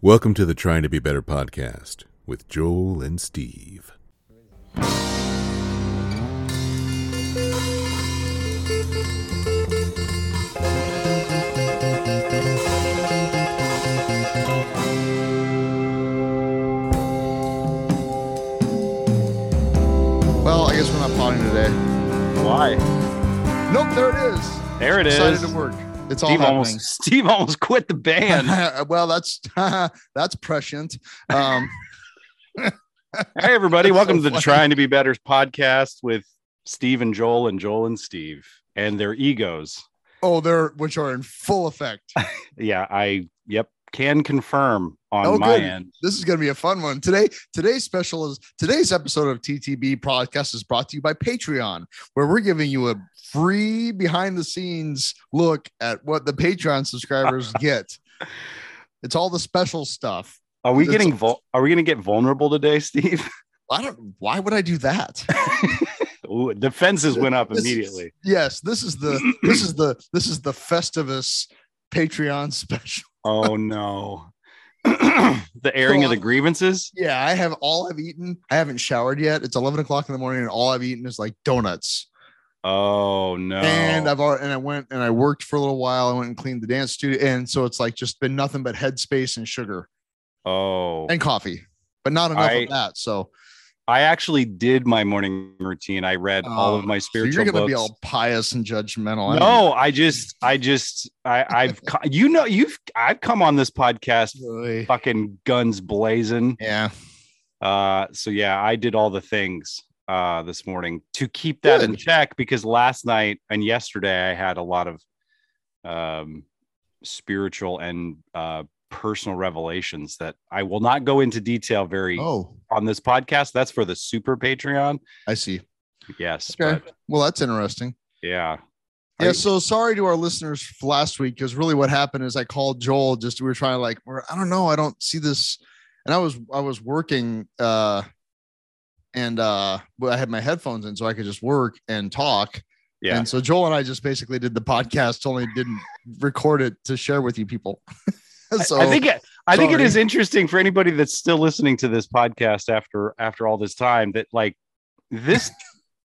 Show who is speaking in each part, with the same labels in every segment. Speaker 1: Welcome to the Trying to Be Better podcast with Joel and Steve.
Speaker 2: Well, I guess we're not potting today.
Speaker 3: Why?
Speaker 2: Nope, there it is.
Speaker 3: There it is.
Speaker 2: Excited to work. It's all
Speaker 3: Steve almost
Speaker 2: happening.
Speaker 3: Steve almost quit the band.
Speaker 2: well, that's that's prescient. Um,
Speaker 3: hey everybody,
Speaker 2: That's
Speaker 3: welcome
Speaker 2: so
Speaker 3: to the
Speaker 2: funny.
Speaker 3: Trying to Be Better podcast with Steve and Joel and Joel and Steve and their egos.
Speaker 2: oh, they're which are in full effect.
Speaker 3: Yeah, I yep, can confirm on
Speaker 2: Oh,
Speaker 3: my
Speaker 2: good.
Speaker 3: end.
Speaker 2: This is going to be a fun one today. Today's special is today's episode of TTB Podcast is brought to you by Patreon, where we're giving you a free behind the scenes look at what the Patreon subscribers get. It's all the special stuff.
Speaker 3: Are we
Speaker 2: It's-
Speaker 3: getting vul- are we going to get vulnerable today, Steve?
Speaker 2: I don't. Why would I do that?
Speaker 3: Ooh, the fences went up
Speaker 2: This is-
Speaker 3: immediately.
Speaker 2: yes this is the this is the this is the festivus patreon special
Speaker 3: Oh no. the airing of the
Speaker 2: I'm-
Speaker 3: grievances?
Speaker 2: yeah i have all i've eaten i haven't showered yet it's 11 o'clock in the morning and all i've eaten is like donuts
Speaker 3: Oh no.
Speaker 2: and i've already and i went and i worked for a little while i went and cleaned the dance studio and so it's like just been nothing but headspace and sugar
Speaker 3: oh.
Speaker 2: and coffee but not enough
Speaker 3: I-
Speaker 2: of that so,
Speaker 3: I actually did my morning routine. I read all of
Speaker 2: Oh,
Speaker 3: my
Speaker 2: so
Speaker 3: spiritual
Speaker 2: you're gonna
Speaker 3: books.
Speaker 2: be all pious and judgmental I
Speaker 3: no i just i just i i've co- you know you've i've come on this podcast
Speaker 2: don't really-
Speaker 3: fucking guns blazing
Speaker 2: yeah
Speaker 3: uh so yeah i did all the things uh this morning to keep that in
Speaker 2: Good.
Speaker 3: check because last night and yesterday i had a lot of um spiritual and uh personal revelations that i will not go into detail very
Speaker 2: oh
Speaker 3: on this podcast that's for the super patreon
Speaker 2: i see
Speaker 3: yes
Speaker 2: okay
Speaker 3: but
Speaker 2: well that's interesting
Speaker 3: yeah
Speaker 2: Yeah,
Speaker 3: Are-
Speaker 2: so sorry to our listeners f- last week because really what happened is I called Joel just we were trying to like we're, I don't know I don't see this and I was I was working uh and uh but I had my headphones in so I could just work and talk
Speaker 3: yeah
Speaker 2: and so Joel and I just basically did the podcast only didn't record it to share with you people
Speaker 3: I-
Speaker 2: so
Speaker 3: I think it, I think it
Speaker 2: sorry.
Speaker 3: is interesting for anybody that's still listening to this podcast after after all this time that like this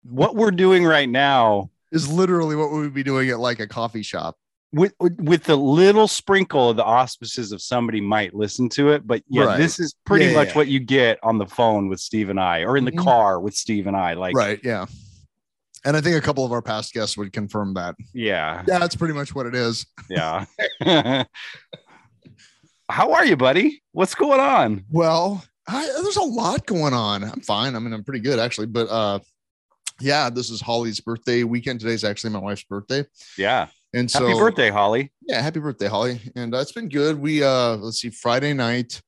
Speaker 3: what we're doing right now
Speaker 2: is literally what we would be doing at like a coffee shop
Speaker 3: with with the little sprinkle of the auspices of somebody might listen to it but yeah
Speaker 2: Right.
Speaker 3: this is pretty
Speaker 2: Yeah, yeah,
Speaker 3: much
Speaker 2: yeah.
Speaker 3: what you get on the phone with Steve and I or in the
Speaker 2: Mhm.
Speaker 3: car with Steve and I like
Speaker 2: right yeah and I think a couple of our past guests would confirm that
Speaker 3: yeah
Speaker 2: yeah that's pretty much what it is
Speaker 3: yeah How are you buddy what's going on
Speaker 2: Well, I, there's a lot going on. I'm fine. I mean, I'm pretty good actually. But uh, yeah, this is Holly's birthday weekend. Today's actually my wife's birthday,
Speaker 3: yeah
Speaker 2: and so
Speaker 3: happy birthday Holly
Speaker 2: yeah, happy birthday, Holly. And uh, it's been good. We uh, let's see, Friday night,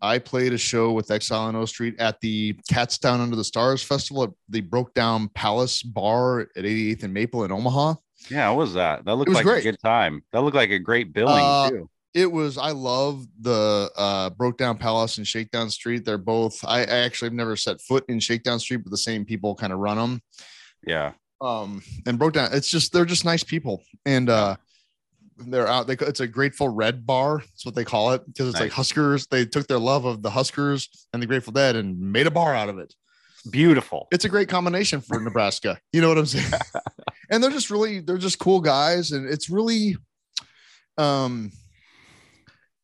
Speaker 2: I played a show with Exile on O Street at the Cats Down Under the Stars Festival at the Broke Down Palace Bar at 88th and Maple in Omaha.
Speaker 3: yeah what was that that looked
Speaker 2: was
Speaker 3: like
Speaker 2: great.
Speaker 3: a good time that looked like a great billing
Speaker 2: Uh,
Speaker 3: too
Speaker 2: it was i love the uh broke down palace and shakedown street they're both i, I actually have never set foot in shakedown street but the same people kind of run them
Speaker 3: Yeah.
Speaker 2: um and broke down it's just they're just nice people and uh they're out they, it's a grateful red bar that's what they call it because it's like
Speaker 3: Nice.
Speaker 2: huskers they took their love of the huskers and the grateful dead and made a bar out of it
Speaker 3: Beautiful.
Speaker 2: it's a great combination for Nebraska. You know what I'm saying? and they're just really they're just cool guys, and it's really, um,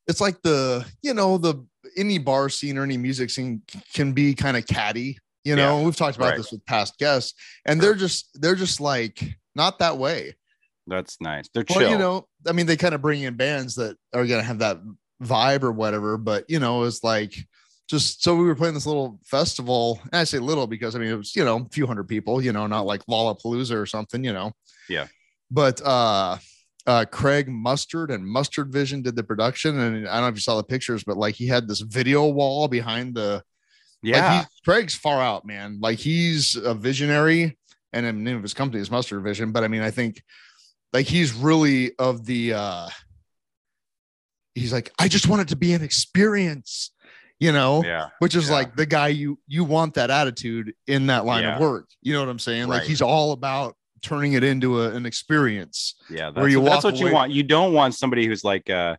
Speaker 2: it's like the you know the any bar scene or any music scene can be kind of catty. You know, we've talked about
Speaker 3: right.
Speaker 2: this with past guests, and they're just they're just like not that way.
Speaker 3: That's nice. They're chill.
Speaker 2: Well, you know, I mean, they kind of bring in bands that are going to have that vibe or whatever, but you know, it's like just so we were playing this little festival. And I say little because I mean, it was, you know, a few hundred people, you know, not like Lollapalooza or something, you know.
Speaker 3: Yeah.
Speaker 2: But, uh, uh, Craig Mustard and Mustard Vision did the production, and I don't know if you saw the pictures, but like he had this video wall behind the. like,
Speaker 3: yeah.
Speaker 2: he- Craig's far out, man. Like he's a visionary, and the name of his company is Mustard Vision. But I mean, I think like he's really of the uh he's like i just want it to be an experience you know
Speaker 3: yeah.
Speaker 2: which is
Speaker 3: yeah.
Speaker 2: like the guy you you want that attitude in that line
Speaker 3: Yeah.
Speaker 2: of work you know what i'm saying like
Speaker 3: Right.
Speaker 2: he's all about turning it into a, an experience
Speaker 3: Yeah.
Speaker 2: where
Speaker 3: That's,
Speaker 2: you walk
Speaker 3: that's what
Speaker 2: away-
Speaker 3: you want. You don't want somebody who's like, uh,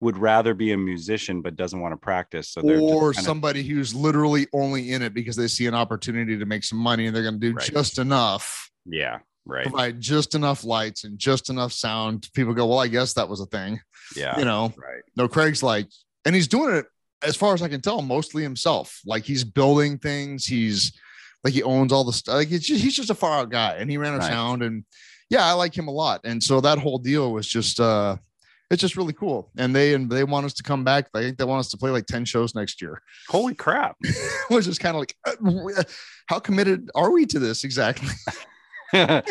Speaker 3: would rather be a musician but doesn't want to practice. So they're just
Speaker 2: or
Speaker 3: kinda-
Speaker 2: somebody who's literally only in it because they see an opportunity to make some money and they're going to do
Speaker 3: Right.
Speaker 2: just enough,
Speaker 3: yeah, right.
Speaker 2: provide just enough lights and just enough sound. People go, well, I guess that was a thing,
Speaker 3: Yeah,
Speaker 2: you know.
Speaker 3: right.
Speaker 2: No, Craig's like, and he's doing it as far as I can tell, mostly himself. Like he's building things. He's like he owns all the stuff. Like it's just, he's just a far out guy, and he ran a
Speaker 3: Right.
Speaker 2: sound. And yeah, I like him a lot. And so that whole deal was just, uh it's just really cool. And they and they want us to come back. I think they want us to play like ten shows next year,
Speaker 3: Holy crap!
Speaker 2: which is kind of like, uh, how committed are we to this exactly?
Speaker 3: Are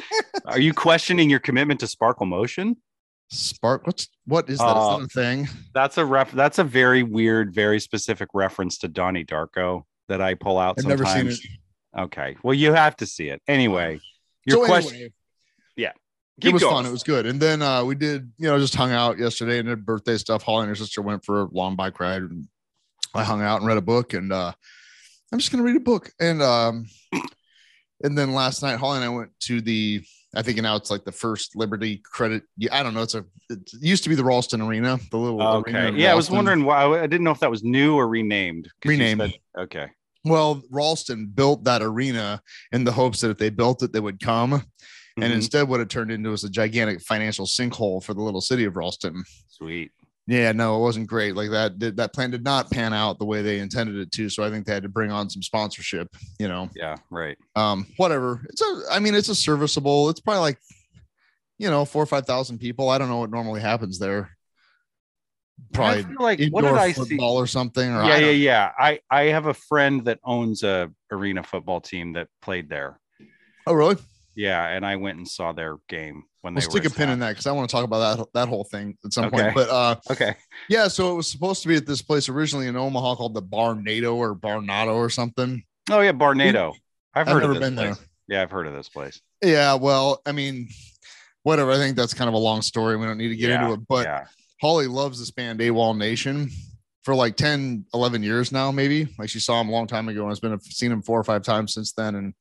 Speaker 3: you questioning your commitment to Sparkle Motion?
Speaker 2: Spark, what's what is that?
Speaker 3: Uh,
Speaker 2: is that a thing?
Speaker 3: That's a ref. That's a very weird, very specific reference to Donnie Darko that I pull out.
Speaker 2: I've never
Speaker 3: sometimes.
Speaker 2: seen it.
Speaker 3: Okay, well, you have to see it anyway. Your
Speaker 2: So
Speaker 3: question.
Speaker 2: anyway,
Speaker 3: keep
Speaker 2: it was
Speaker 3: going.
Speaker 2: fun. It was good. And then uh, we did, you know, just hung out yesterday and did birthday stuff. Holly and her sister went for a long bike ride. And I hung out and read a book. And uh, I'm just going to read a book. And um, and then last night, Holly and I went to the, I think now it's like the first Liberty Credit. yeah, I don't know. It's a, it used to be the Ralston Arena, the little. arena
Speaker 3: Okay.
Speaker 2: in
Speaker 3: Yeah, I was
Speaker 2: Ralston.
Speaker 3: wondering why. I didn't know if that was new or renamed. 'cause you
Speaker 2: Renamed.
Speaker 3: said- okay.
Speaker 2: Well, Ralston built that arena in the hopes that if they built it, they would come. And
Speaker 3: Mhm.
Speaker 2: instead, what it turned into was a gigantic financial sinkhole for the little city of Ralston.
Speaker 3: sweet.
Speaker 2: Yeah, no, it wasn't great. Like that, did, that plan did not pan out the way they intended it to. So I think they had to bring on some sponsorship. You know,
Speaker 3: Yeah. Right.
Speaker 2: um, whatever. It's a, I mean, it's a serviceable. It's probably like, you know, four or five thousand people. I don't know what normally happens there.
Speaker 3: I
Speaker 2: Probably
Speaker 3: feel like
Speaker 2: indoor
Speaker 3: what did I see?
Speaker 2: football or something. Or I
Speaker 3: yeah, yeah,
Speaker 2: don't-
Speaker 3: yeah. I I have a friend that owns a arena football team that played there.
Speaker 2: Oh, really?
Speaker 3: Yeah, and I went and saw their game when
Speaker 2: We'll
Speaker 3: they
Speaker 2: stick
Speaker 3: were
Speaker 2: a pin in that because I want to talk about that that whole thing at some
Speaker 3: Okay.
Speaker 2: point. But uh,
Speaker 3: Okay,
Speaker 2: Yeah, so it was supposed to be at this place originally in Omaha called the Barnado or Barnado or something.
Speaker 3: oh yeah, Barnado. I've, heard
Speaker 2: never
Speaker 3: of this
Speaker 2: been there.
Speaker 3: place. Yeah, I've heard of this place.
Speaker 2: Yeah, well, I mean, whatever. I think that's kind of a long story. We don't need to get
Speaker 3: Yeah,
Speaker 2: into it. But
Speaker 3: yeah,
Speaker 2: Holly loves this band AWOL Nation for like 10, 11 years now, maybe. Like she saw him a long time ago and it's been I've seen him four or five times since then. And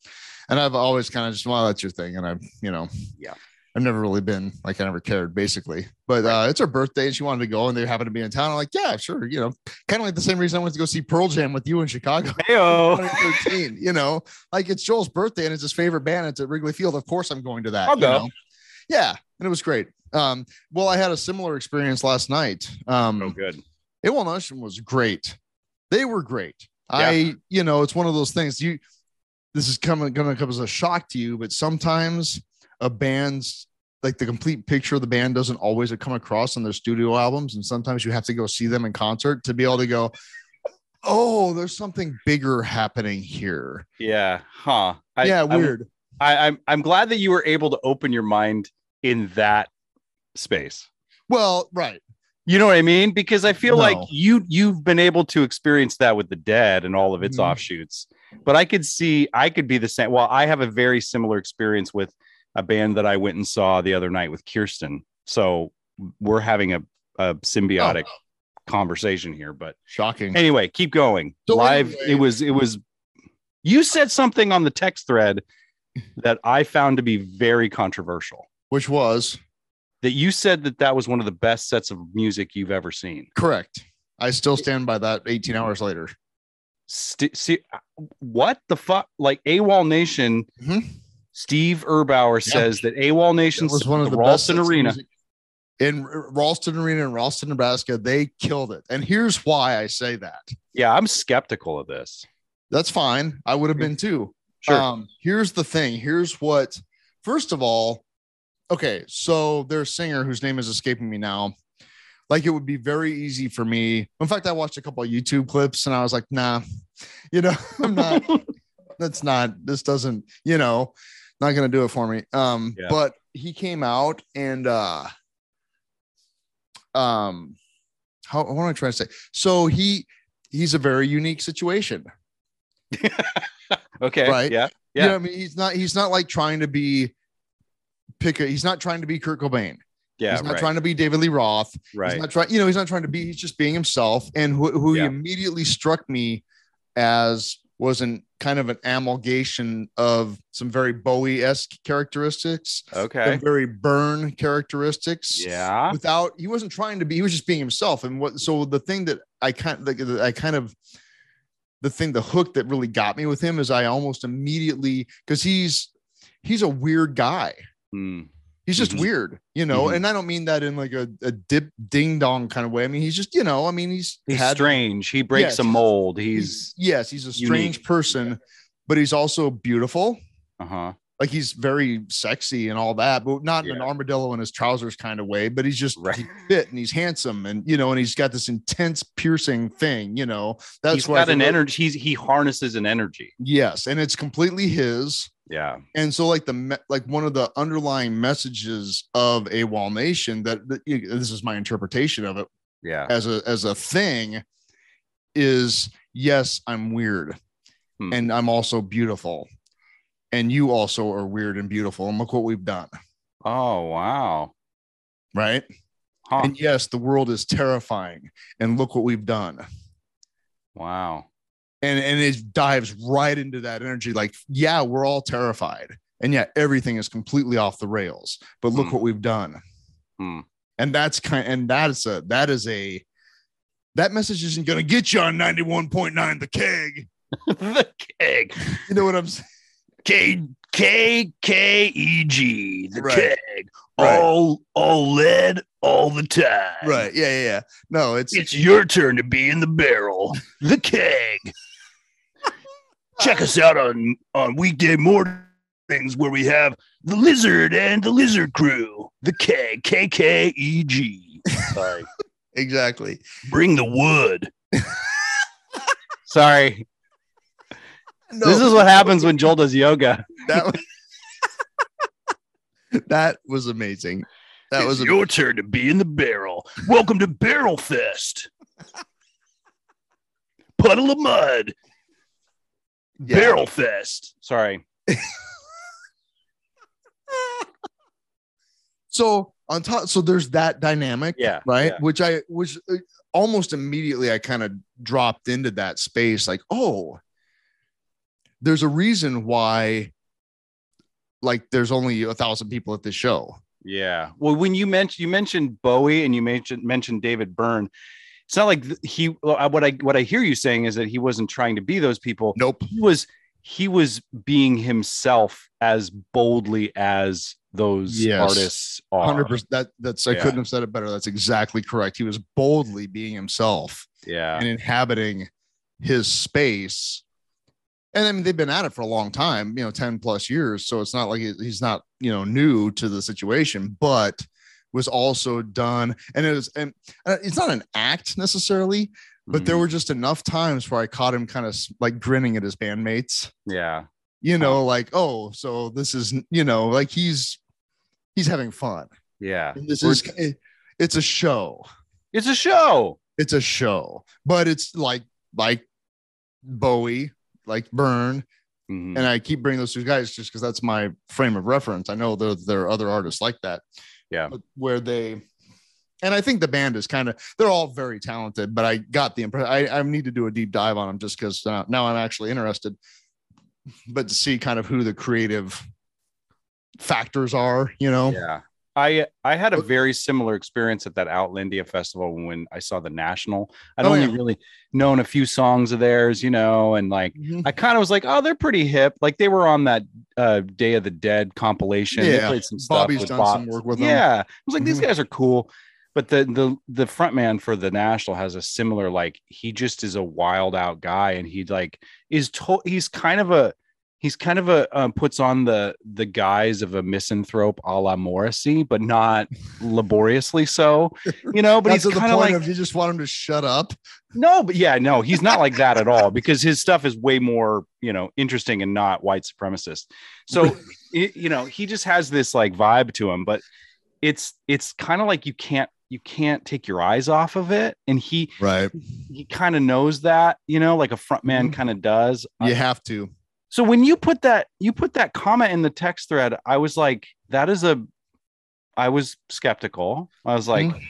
Speaker 2: and I've always kind of just, well, that's your thing. And I've, you know,
Speaker 3: Yeah.
Speaker 2: I've never really been like I never cared basically. But uh it's her birthday and she wanted to go and they happened to be in town. I'm like, yeah, sure. You know, kind of like the same reason I went to go see Pearl Jam with you in Chicago.
Speaker 3: Heyo.
Speaker 2: 2013, you know, like it's Joel's birthday and it's his favorite band. It's at Wrigley Field. Of course, I'm going to that.
Speaker 3: I'll
Speaker 2: you
Speaker 3: go.
Speaker 2: know? Yeah, and it was great. Um, well, I had a similar experience last night. Um,
Speaker 3: so Oh, good.
Speaker 2: it will Nation was great. They were great. I, you know, it's one of those things. You, this is coming going to come as a shock to you, but sometimes a band's like the complete picture of the band doesn't always come across on their studio albums, and sometimes you have to go see them in concert to be able to go, oh, there's something bigger happening here.
Speaker 3: Yeah. Huh. I,
Speaker 2: yeah,
Speaker 3: I'm-
Speaker 2: weird.
Speaker 3: I, I'm I'm glad that you were able to open your mind in that space.
Speaker 2: well, right.
Speaker 3: You know what I mean? Because I feel like
Speaker 2: No.
Speaker 3: you you've been able to experience that with the dead and all of its
Speaker 2: Mhm.
Speaker 3: offshoots. But I could see I could be the same. Well, I have a very similar experience with a band that I went and saw the other night with Kirsten. So we're having a, a symbiotic conversation here. But
Speaker 2: Shocking.
Speaker 3: anyway, keep going.
Speaker 2: So
Speaker 3: Live.
Speaker 2: anyway-
Speaker 3: It was it was you said something on the text thread that I found to be very controversial.
Speaker 2: Which was
Speaker 3: That you said that that was one of the best sets of music you've ever seen.
Speaker 2: correct. I still stand by that 18 hours later.
Speaker 3: St- see, what the fuck? Like AWOL Nation,
Speaker 2: Mhm.
Speaker 3: Steve Erbauer
Speaker 2: Yeah.
Speaker 3: says that AWOL Nation
Speaker 2: It was one of the, best
Speaker 3: Ralston
Speaker 2: sets of
Speaker 3: Arena.
Speaker 2: music in R- Ralston Arena in Ralston, Nebraska. They killed it, and here's why I say that.
Speaker 3: Yeah, I'm skeptical of this.
Speaker 2: That's fine. I would have been too.
Speaker 3: Sure.
Speaker 2: Um, here's the thing. Here's what. First of all, okay. So their singer, whose name is escaping me now, like it would be very easy for me. In fact, I watched a couple of YouTube clips, and I was like, nah, you know, I'm not. that's not this doesn't you know not gonna do it for me um
Speaker 3: Yeah.
Speaker 2: but he came out and uh um how what am i trying to say so he he's a very unique situation
Speaker 3: okay.
Speaker 2: Right.
Speaker 3: Yeah.
Speaker 2: yeah i mean he's not he's not like trying to be pick a he's not trying to be kurt cobain
Speaker 3: Yeah.
Speaker 2: he's not
Speaker 3: right.
Speaker 2: trying to be david lee roth
Speaker 3: right.
Speaker 2: He's not trying, you know, he's not trying to be, he's just being himself. And who, who he
Speaker 3: Yeah.
Speaker 2: immediately struck me as was an kind of an amalgamation of some very Bowie esque characteristics,
Speaker 3: Okay.
Speaker 2: some very Burn characteristics.
Speaker 3: Yeah.
Speaker 2: Without he wasn't trying to be, he was just being himself. And what so the thing that I kind the, the- I kind of the thing the hook that really got me with him is I almost immediately because he's he's a weird guy.
Speaker 3: Hmm.
Speaker 2: He's just
Speaker 3: Mhm.
Speaker 2: weird, you know,
Speaker 3: Mhm.
Speaker 2: and I don't mean that in like a, a dip ding dong kind of way. I mean, he's just, you know, I mean, he's,
Speaker 3: He's
Speaker 2: had-
Speaker 3: strange. He breaks
Speaker 2: Yes.
Speaker 3: a mold. He's
Speaker 2: yes, he's a strange
Speaker 3: unique.
Speaker 2: person, but he's also beautiful.
Speaker 3: uh huh.
Speaker 2: Like he's very sexy and all that, but not in an
Speaker 3: Yeah.
Speaker 2: armadillo in his trousers kind of way. But he's just
Speaker 3: Right.
Speaker 2: he fit and he's handsome and you know, and he's got this intense piercing thing. You know, that's
Speaker 3: he's
Speaker 2: what
Speaker 3: got
Speaker 2: I
Speaker 3: an
Speaker 2: think-
Speaker 3: energy. He's he harnesses an energy.
Speaker 2: Yes, and it's completely his.
Speaker 3: Yeah.
Speaker 2: And so, like the me- like one of the underlying messages of a wall nation that, that this is my interpretation of it
Speaker 3: Yeah.
Speaker 2: as a as a thing is yes i'm weird
Speaker 3: Hmm.
Speaker 2: and i'm also beautiful and you also are weird and beautiful and look what we've done
Speaker 3: Oh wow.
Speaker 2: right
Speaker 3: Huh.
Speaker 2: and yes the world is terrifying and look what we've done
Speaker 3: Wow.
Speaker 2: and and it dives right into that energy like yeah we're all terrified and yeah everything is completely off the rails but look
Speaker 3: Hmm.
Speaker 2: what we've done
Speaker 3: Hmm.
Speaker 2: and that's kind and that's a that is a that message isn't going to get you on 91.9 the keg
Speaker 3: the keg.
Speaker 2: you know what i'm saying
Speaker 3: K K K E G. The
Speaker 2: Right.
Speaker 3: keg.
Speaker 2: Right.
Speaker 3: All all lead all the time.
Speaker 2: Right. Yeah. Yeah. yeah. No, it's,
Speaker 3: It's your turn to be in the barrel. The keg. Check us out on on weekday mornings where we have the lizard and the lizard crew. The keg. K K E G. Sorry.
Speaker 2: exactly.
Speaker 3: Bring the wood. Sorry.
Speaker 2: No,
Speaker 3: what happens when Joel does yoga.
Speaker 2: that, was- that was amazing. That was,
Speaker 3: it's
Speaker 2: am-
Speaker 3: your turn to be in the barrel. Welcome to Barrel Fest. Puddle of mud.
Speaker 2: yeah.
Speaker 3: Barrel Fest. Sorry.
Speaker 2: So on top, so there's that dynamic.
Speaker 3: Yeah,
Speaker 2: Right.
Speaker 3: yeah.
Speaker 2: Which I, which uh, almost immediately I kind of dropped into that space like, oh, there's a reason why like there's only a thousand people at this show.
Speaker 3: Yeah. Well, when you mentioned you mentioned Bowie and you mentioned mentioned David Byrne, it's not like th- he. well, I- What I what I hear you saying is that he wasn't trying to be those people.
Speaker 2: Nope.
Speaker 3: He was he was being himself as boldly as those
Speaker 2: Yes.
Speaker 3: artists are.
Speaker 2: Hundred percent. That that's I
Speaker 3: Yeah.
Speaker 2: couldn't have said it better. That's exactly correct. He was boldly being himself
Speaker 3: Yeah.
Speaker 2: and inhabiting his space. And I mean, they've been at it for a long time, you know, ten plus years. So it's not like he- he's not you know new to the situation, but was also done. And it was, and uh, it's not an act necessarily, but there
Speaker 3: Mhm.
Speaker 2: were just enough times where I caught him kind of like grinning at his bandmates
Speaker 3: Yeah.
Speaker 2: you know like oh so this is you know like he's he's having fun
Speaker 3: Yeah.
Speaker 2: And this
Speaker 3: We're-
Speaker 2: is it- it's a show
Speaker 3: It's a show.
Speaker 2: it's a show but it's like like bowie like burn
Speaker 3: Mhm.
Speaker 2: and i keep bringing those two guys just because that's my frame of reference i know there, there are other artists like that
Speaker 3: Yeah.
Speaker 2: but where they and i think the band is kind of they're all very talented but i got the impression I, I need to do a deep dive on them just because uh, now i'm actually interested but to see kind of who the creative factors are you know
Speaker 3: Yeah. I I had a very similar experience at that Outlandia festival when I saw the National. I'd
Speaker 2: Oh,
Speaker 3: only
Speaker 2: yeah.
Speaker 3: really known a few songs of theirs, you know, and like
Speaker 2: Mhm.
Speaker 3: I kind of was like, oh, they're pretty hip. Like they were on that uh, Day of the Dead compilation. They
Speaker 2: Yeah.
Speaker 3: played some stuff
Speaker 2: Bobby's
Speaker 3: with
Speaker 2: done
Speaker 3: Bob-
Speaker 2: some work with them.
Speaker 3: Yeah, I was like, these
Speaker 2: Mhm.
Speaker 3: guys are cool. But the the the front man for the national has a similar like he just is a wild out guy and he like is to- he's kind of a he's kind of a um, puts on the the guise of a misanthrope a la Morrissey but not laboriously so you know but
Speaker 2: That's
Speaker 3: he's
Speaker 2: to the
Speaker 3: kind of
Speaker 2: point
Speaker 3: like
Speaker 2: of you just want him to shut up
Speaker 3: no, but yeah, no, he's not like that at all because his stuff is way more, you know, interesting and not white supremacist. So, it, you know, he just has this like vibe to him, but it's it's kind of like you can't you can't take your eyes off of it, and he
Speaker 2: right
Speaker 3: he kind of knows that, you know, like a front man
Speaker 2: Mhm.
Speaker 3: kind of does.
Speaker 2: you have to
Speaker 3: So when you put that you put that comment in the text thread, I was like, that is a I was skeptical. I was like,
Speaker 2: Mm.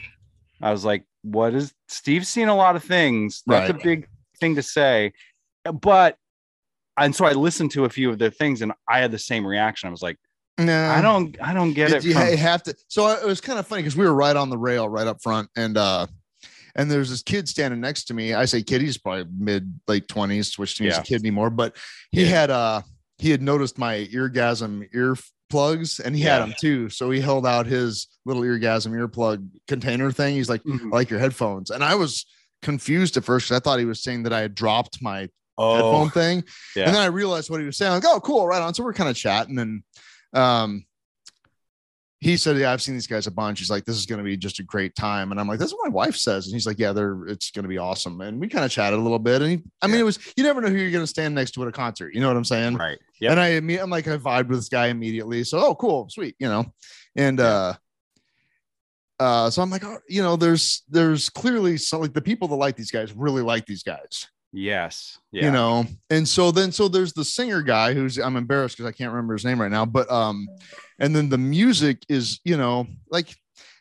Speaker 3: I was like, what is Steve's seen a lot of things. That's a
Speaker 2: Right.
Speaker 3: big thing to say. But and so I listened to a few of their things, and I had the same reaction. I was like,
Speaker 2: No,
Speaker 3: I don't, I don't get it.
Speaker 2: Uh, you
Speaker 3: from-
Speaker 2: ha- have to. So I- it was kind of funny because we were right on the rail, right up front, and uh, and there's this kid standing next to me. I say kid, he's probably mid late twenties, which means
Speaker 3: Yeah.
Speaker 2: a kid anymore. But he
Speaker 3: Yeah.
Speaker 2: had uh, he had noticed my eargasm ear plugs, and he had
Speaker 3: Yeah.
Speaker 2: them too. So he held out his little eargasm earplug container thing. He's like,
Speaker 3: Mhm.
Speaker 2: I like your headphones, and I was confused at first because I thought he was saying that I had dropped my
Speaker 3: oh,
Speaker 2: headphone thing.
Speaker 3: Yeah.
Speaker 2: And then I realized what he was saying. I'm like, oh, cool, right on. So we're kind of chatting. And um, he said, Yeah, I've seen these guys a bunch. He's like, This is gonna be just a great time. And I'm like, That's what my wife says. And he's like, Yeah, they're it's gonna be awesome. And we kind of chatted a little bit. And he, I mean,
Speaker 3: Yeah.
Speaker 2: it was you never know who you're gonna stand next to at a concert. You know what I'm saying?
Speaker 3: right. Yep.
Speaker 2: And um, I imme- I'm like, I vibed with this guy immediately. So, oh, cool, sweet, you know. And uh uh, so I'm like, oh, you know, there's there's clearly some like the people that like these guys really like these guys
Speaker 3: yes. Yeah.
Speaker 2: you know and so then so there's the singer guy who's i'm embarrassed because i can't remember his name right now but um and then the music is you know like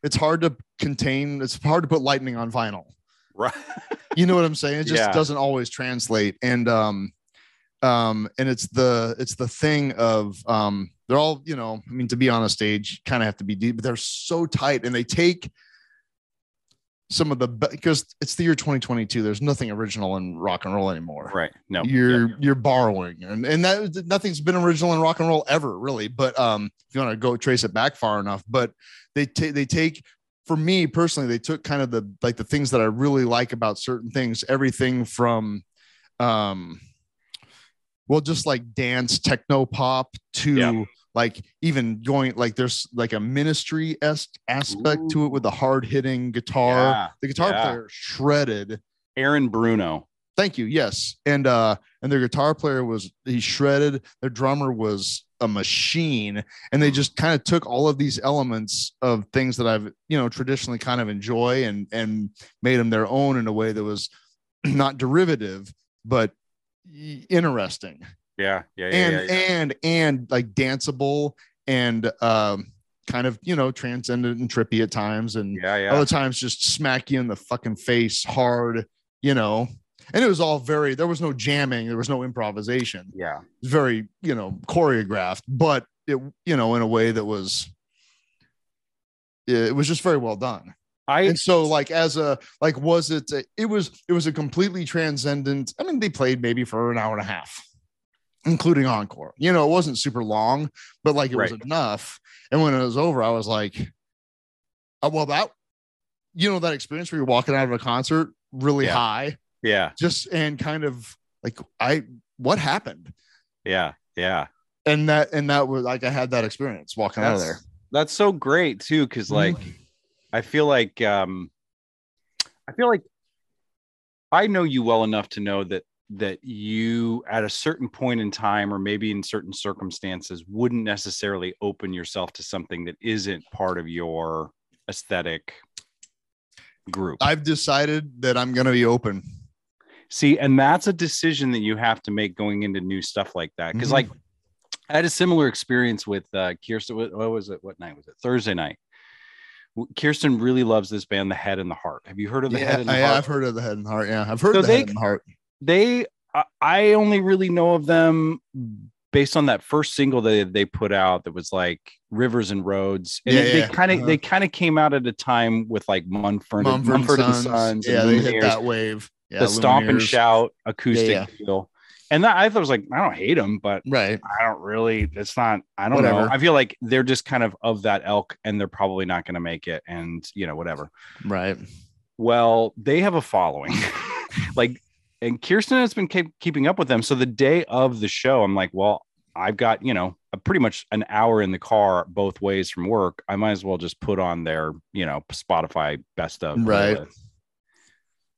Speaker 2: it's hard to contain it's hard to put lightning on vinyl
Speaker 3: right.
Speaker 2: you know what i'm saying it just
Speaker 3: Yeah.
Speaker 2: doesn't always translate and um um and it's the it's the thing of um they're all you know i mean to be on a stage kind of have to be deep but they're so tight and they take some of the because it's the year 2022 there's nothing original in rock and roll anymore
Speaker 3: Right. No.
Speaker 2: you're
Speaker 3: Yeah.
Speaker 2: you're borrowing and and that nothing's been original in rock and roll ever really but um if you want to go trace it back far enough but they take they take for me personally they took kind of the like the things that i really like about certain things everything from um well just like dance techno pop to
Speaker 3: Yeah.
Speaker 2: like even going like there's like a ministry esque aspect to it with the hard hitting guitar
Speaker 3: Yeah.
Speaker 2: the guitar
Speaker 3: yeah.
Speaker 2: player shredded
Speaker 3: Aaron Bruno.
Speaker 2: Thank you. Yes. And uh and their guitar player was he shredded, their drummer was a machine and they just kind of took all of these elements of things that I've, you know, traditionally kind of enjoy and and made them their own in a way that was not derivative but y- interesting
Speaker 3: Yeah. Yeah. Yeah.
Speaker 2: and
Speaker 3: yeah, yeah.
Speaker 2: and and like danceable and um kind of, you know, transcendent and trippy at times and
Speaker 3: yeah, yeah.
Speaker 2: other times just smack you in the fucking face hard, you know. And it was all very there was no jamming, there was no improvisation,
Speaker 3: yeah.
Speaker 2: very, you know, choreographed, but it you know, in a way that was it was just very well done.
Speaker 3: I
Speaker 2: And so like as a like was it a, it was it was a completely transcendent. I mean they played maybe for an hour and a half including encore. You know, it wasn't super long, but like it was
Speaker 3: Right.
Speaker 2: enough. And when it was over, I was like oh, well that you know that experience where you're walking out of a concert really
Speaker 3: Yeah.
Speaker 2: high
Speaker 3: yeah.
Speaker 2: just and kind of like I what happened?
Speaker 3: Yeah. Yeah.
Speaker 2: And that and that was like I had that experience walking out of there.
Speaker 3: That's- That's so great too, because like I feel like um I feel like I know you well enough to know that that you at a certain point in time or maybe in certain circumstances wouldn't necessarily open yourself to something that isn't part of your aesthetic group.
Speaker 2: I've decided that I'm going to be open.
Speaker 3: See, and that's a decision that you have to make going into new stuff like that. because
Speaker 2: Mhm.
Speaker 3: like I had a similar experience with uh, Kirsten. What, what was it? What night was it? Thursday night. W- Kirsten really loves this band, The Head and the Heart. Have you heard of The Head
Speaker 2: Yeah,
Speaker 3: and the
Speaker 2: I,
Speaker 3: Heart?
Speaker 2: I've heard of the head and heart. Yeah, I've heard
Speaker 3: So
Speaker 2: of the
Speaker 3: they-
Speaker 2: head and heart.
Speaker 3: they I- i only really know of them based on that first single that they put out that was like rivers and roads and
Speaker 2: Yeah,
Speaker 3: they-
Speaker 2: yeah.
Speaker 3: they kind of
Speaker 2: Uh-huh.
Speaker 3: they kind of came out at a time with like mumford,
Speaker 2: Mumford,
Speaker 3: mumford
Speaker 2: and
Speaker 3: and
Speaker 2: Sons.
Speaker 3: sons and
Speaker 2: yeah, they hit
Speaker 3: Lumineers,
Speaker 2: that wave. Yeah,
Speaker 3: the stomp and
Speaker 2: Lumineers.
Speaker 3: shout acoustic
Speaker 2: Yeah,
Speaker 3: deal and that i thought was like i don't hate them but
Speaker 2: Right.
Speaker 3: i don't really it's not i don't know
Speaker 2: Whatever.
Speaker 3: i feel like they're just kind of of that elk and they're probably not going to make it and you know whatever
Speaker 2: Right.
Speaker 3: well, they have a following. like, and Kirsten has been keep, keeping up with them. So the day of the show, I'm like, well, I've got, you know, a pretty much an hour in the car both ways from work. I might as well just put on their, you know, Spotify best of.
Speaker 2: Right.
Speaker 3: playlist.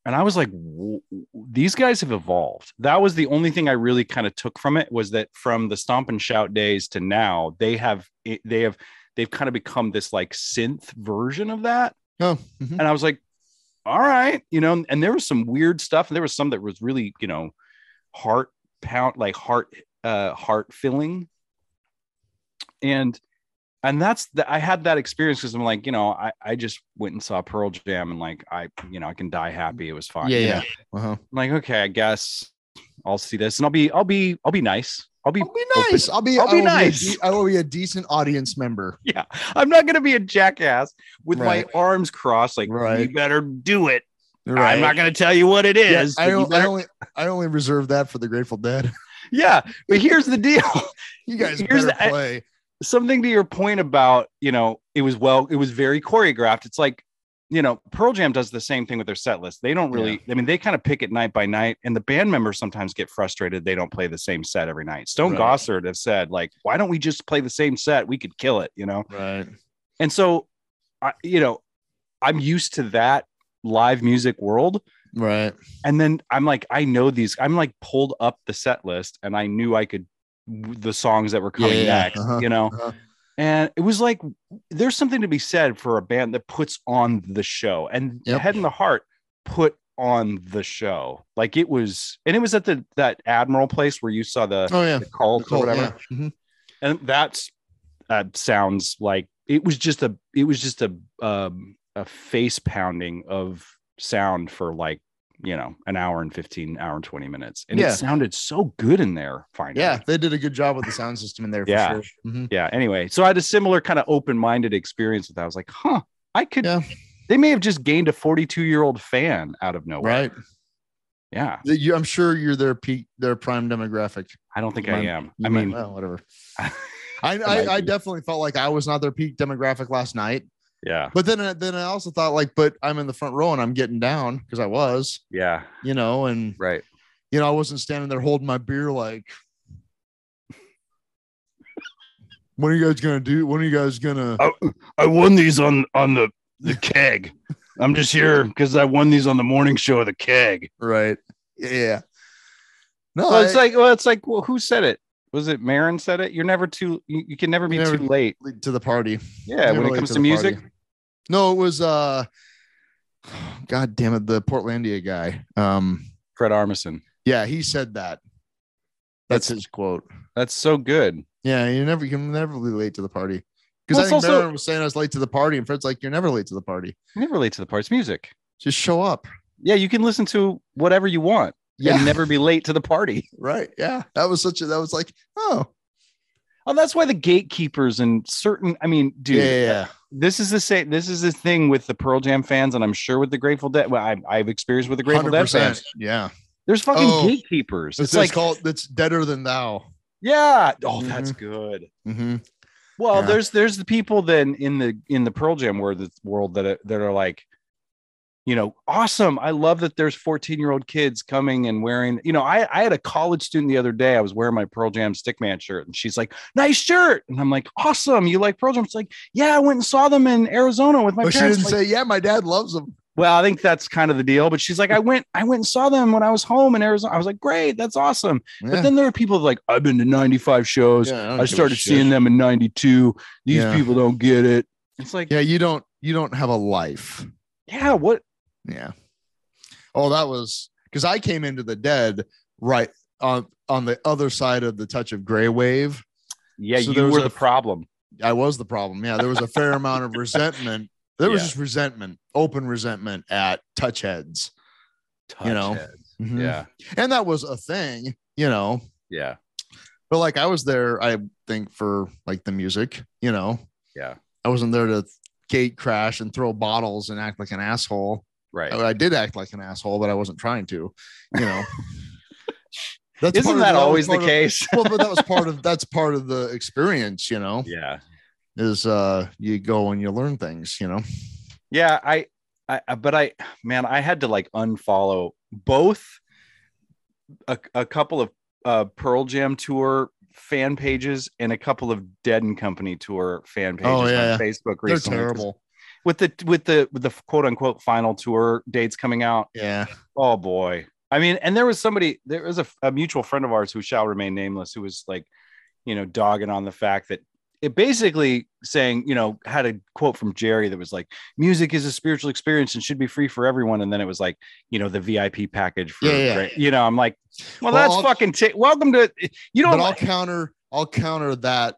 Speaker 3: And I was like, w- these guys have evolved. That was the only thing I really kind of took from it was that from the stomp and shout days to now, they have, they have, they've kind of become this like synth version of that
Speaker 2: Oh, mhm.
Speaker 3: and I was like, all right, you know, and there was some weird stuff, and there was some that was really, you know, heart pound, like heart, uh, heart filling, and and that's the, I had that experience because I'm like, you know, I I just went and saw Pearl Jam, and like I, you know, I can die happy. It was fine.
Speaker 2: Yeah,
Speaker 3: you
Speaker 2: yeah.
Speaker 3: know?
Speaker 2: Uh-huh.
Speaker 3: I'm like, okay, I guess I'll see this and I'll be I'll be I'll be nice. I'll be
Speaker 2: I'll be nice. I'll be.
Speaker 3: I'll be
Speaker 2: I will a
Speaker 3: nice.
Speaker 2: de- I will be a decent audience member.
Speaker 3: yeah. I'm not gonna be a jackass with
Speaker 2: Right.
Speaker 3: my arms crossed. Like
Speaker 2: Right.
Speaker 3: you better do it. I'm not gonna tell you what it
Speaker 2: Yeah,
Speaker 3: is. but
Speaker 2: I,
Speaker 3: you
Speaker 2: don't, I
Speaker 3: better-
Speaker 2: only. I only reserve that for the Grateful Dead.
Speaker 3: yeah. But here's the deal.
Speaker 2: You guys
Speaker 3: Here's
Speaker 2: better
Speaker 3: the- e-, I-
Speaker 2: play.
Speaker 3: something to your point about you know it was well it was very choreographed it's like you know pearl jam does the same thing with their set list they don't really i mean they kind of pick it night by night and the band members sometimes get frustrated they don't play the same set every night stone
Speaker 2: Right.
Speaker 3: gossard have said like why don't we just play the same set we could kill it you know
Speaker 2: right.
Speaker 3: and so I, you know i'm used to that live music world
Speaker 2: Right.
Speaker 3: and then i'm like i know these i'm like pulled up the set list and i knew i could the songs that were coming
Speaker 2: Yeah, yeah,
Speaker 3: next
Speaker 2: uh-huh,
Speaker 3: you know
Speaker 2: uh-huh.
Speaker 3: and it was like there's something to be said for a band that puts on the show and
Speaker 2: Yep.
Speaker 3: Head in the Heart put on the show. Like it was and it was at the that Admiral place where you saw the,
Speaker 2: Oh yeah.
Speaker 3: the cult
Speaker 2: Cool,
Speaker 3: or whatever.
Speaker 2: yeah. Mhm.
Speaker 3: And that's uh, sounds like it was just a it was just a um a face pounding of sound for like you know an hour and 15 hour and 20 minutes and
Speaker 2: Yeah.
Speaker 3: it sounded so good in there finally
Speaker 2: Yeah, they did a good job with the sound system in there. For
Speaker 3: Yeah.
Speaker 2: Sure. Mhm.
Speaker 3: yeah anyway so i had a similar kind of open-minded experience with that i was like huh i could
Speaker 2: Yeah.
Speaker 3: they may have just gained a 42 year old fan out of nowhere
Speaker 2: Right.
Speaker 3: yeah
Speaker 2: The- you- I'm sure you're their peak, their prime demographic.
Speaker 3: i don't think
Speaker 2: You
Speaker 3: i
Speaker 2: might-
Speaker 3: am
Speaker 2: You
Speaker 3: i
Speaker 2: might-
Speaker 3: mean
Speaker 2: well, whatever. I, I, I definitely felt like I was not their peak demographic last night,
Speaker 3: yeah
Speaker 2: but then I- then I also thought like, but I'm in the front row and I'm getting down because I was,
Speaker 3: yeah
Speaker 2: you know, and
Speaker 3: right
Speaker 2: you know I wasn't standing there holding my beer like, when are you guys gonna do? When are you guys gonna?
Speaker 3: Uh, i won these on on the the keg i'm just here because i won these on the morning show of the keg
Speaker 2: Right? Yeah. No,
Speaker 3: well it's
Speaker 2: I-
Speaker 3: like well it's like well who said it was it Marin said it? You're never too. You, you can never be
Speaker 2: Never-
Speaker 3: too late.
Speaker 2: to the party.
Speaker 3: Yeah,
Speaker 2: Never
Speaker 3: when it
Speaker 2: late
Speaker 3: comes to,
Speaker 2: the
Speaker 3: music.
Speaker 2: party. No, it was uh God damn it, the Portlandia guy. Um
Speaker 3: Fred Armisen.
Speaker 2: yeah, he said that. That's his quote.
Speaker 3: That's so good.
Speaker 2: Yeah, you never you can never be late to the party.
Speaker 3: Well,
Speaker 2: Because
Speaker 3: it's
Speaker 2: I think
Speaker 3: also-
Speaker 2: Baron was saying I was late to the party, and Fred's like, You're never late to the party.
Speaker 3: You never late to the parts. Music.
Speaker 2: Just show up.
Speaker 3: Yeah, you can listen to whatever you want
Speaker 2: Yeah.
Speaker 3: and never be late to the party.
Speaker 2: right. Yeah. That was such a that was like, oh
Speaker 3: Oh, that's why the gatekeepers and certain I mean, dude,
Speaker 2: yeah, yeah, yeah.
Speaker 3: this is the same this is the thing with the Pearl Jam fans, and I'm sure with the Grateful Dead. Well, I, I've experienced with the Grateful Dead
Speaker 2: 100%.
Speaker 3: fans.
Speaker 2: Yeah.
Speaker 3: There's fucking
Speaker 2: Oh.
Speaker 3: gatekeepers.
Speaker 2: It's,
Speaker 3: It's, like
Speaker 2: called that's deader than thou.
Speaker 3: yeah. Oh, that's good.
Speaker 2: Mm-hmm.
Speaker 3: Well,
Speaker 2: Yeah.
Speaker 3: there's there's the people then in the in the Pearl Jam world that- world that are, that are like, you know, awesome. I love that there's 14 year old kids coming and wearing. You know, I I had a college student the other day. I was wearing my Pearl Jam Stickman shirt, and she's like, "Nice shirt," and I'm like, "Awesome, you like Pearl Jam?" It's like, "Yeah, I went and saw them in Arizona with my
Speaker 2: But she
Speaker 3: parents."
Speaker 2: didn't
Speaker 3: I'm like,
Speaker 2: say, Yeah, my dad loves him.
Speaker 3: well, I think that's kind of the deal. But she's like, "I went I went and saw them when I was home in Arizona." I was like, "Great, that's awesome." But then there are people like, "I've been to 95 shows." I started seeing them in 92. These
Speaker 2: Yeah.
Speaker 3: people don't get it. It's like, yeah,
Speaker 2: Yeah, you don't you don't have a life.
Speaker 3: what?
Speaker 2: Yeah. Oh, that was because I came into the dead right on on the other side of the touch of gray wave.
Speaker 3: Yeah,
Speaker 2: So there
Speaker 3: you
Speaker 2: was
Speaker 3: were
Speaker 2: a-
Speaker 3: the problem.
Speaker 2: I was the problem. Yeah, there was a fair amount of resentment. There was
Speaker 3: Yeah.
Speaker 2: just resentment, open resentment at touch heads. You know. Mm-hmm.
Speaker 3: Touch heads. Yeah.
Speaker 2: And that was a thing, you know.
Speaker 3: Yeah.
Speaker 2: But like I was there, I think, for like the music, you know.
Speaker 3: Yeah.
Speaker 2: I wasn't there to gate crash and throw bottles and act like an asshole.
Speaker 3: Right.
Speaker 2: I, I did act like an asshole, but I wasn't trying to, you know. That's part
Speaker 3: Isn't
Speaker 2: of-
Speaker 3: that
Speaker 2: was
Speaker 3: always the
Speaker 2: part of-
Speaker 3: case?
Speaker 2: well, but that was part of that's part of the experience, you know,
Speaker 3: yeah.
Speaker 2: is uh you go and you learn things, you know.
Speaker 3: Yeah. I, I, I- but I, man, I had to like unfollow both a, a couple of uh, Pearl Jam tour fan pages and a couple of Dead and Company tour fan pages
Speaker 2: Oh, yeah, yeah.
Speaker 3: on Facebook
Speaker 2: They're
Speaker 3: recently. 'cause
Speaker 2: terrible.
Speaker 3: With the with the with the quote unquote final tour dates coming out,
Speaker 2: Yeah.
Speaker 3: Oh boy. I mean, and there was somebody, there was a, a mutual friend of ours who shall remain nameless, who was like, you know, dogging on the fact that it basically saying, you know, had a quote from Jerry that was like, music is a spiritual experience and should be free for everyone. And then it was like, you know, the VIP package for,
Speaker 2: Yeah, yeah.
Speaker 3: right? you know, I'm like,
Speaker 2: Well,
Speaker 3: well, that's
Speaker 2: I'll-
Speaker 3: fucking, ta- welcome to, you
Speaker 2: But
Speaker 3: don't,
Speaker 2: I'll counter I'll counter that,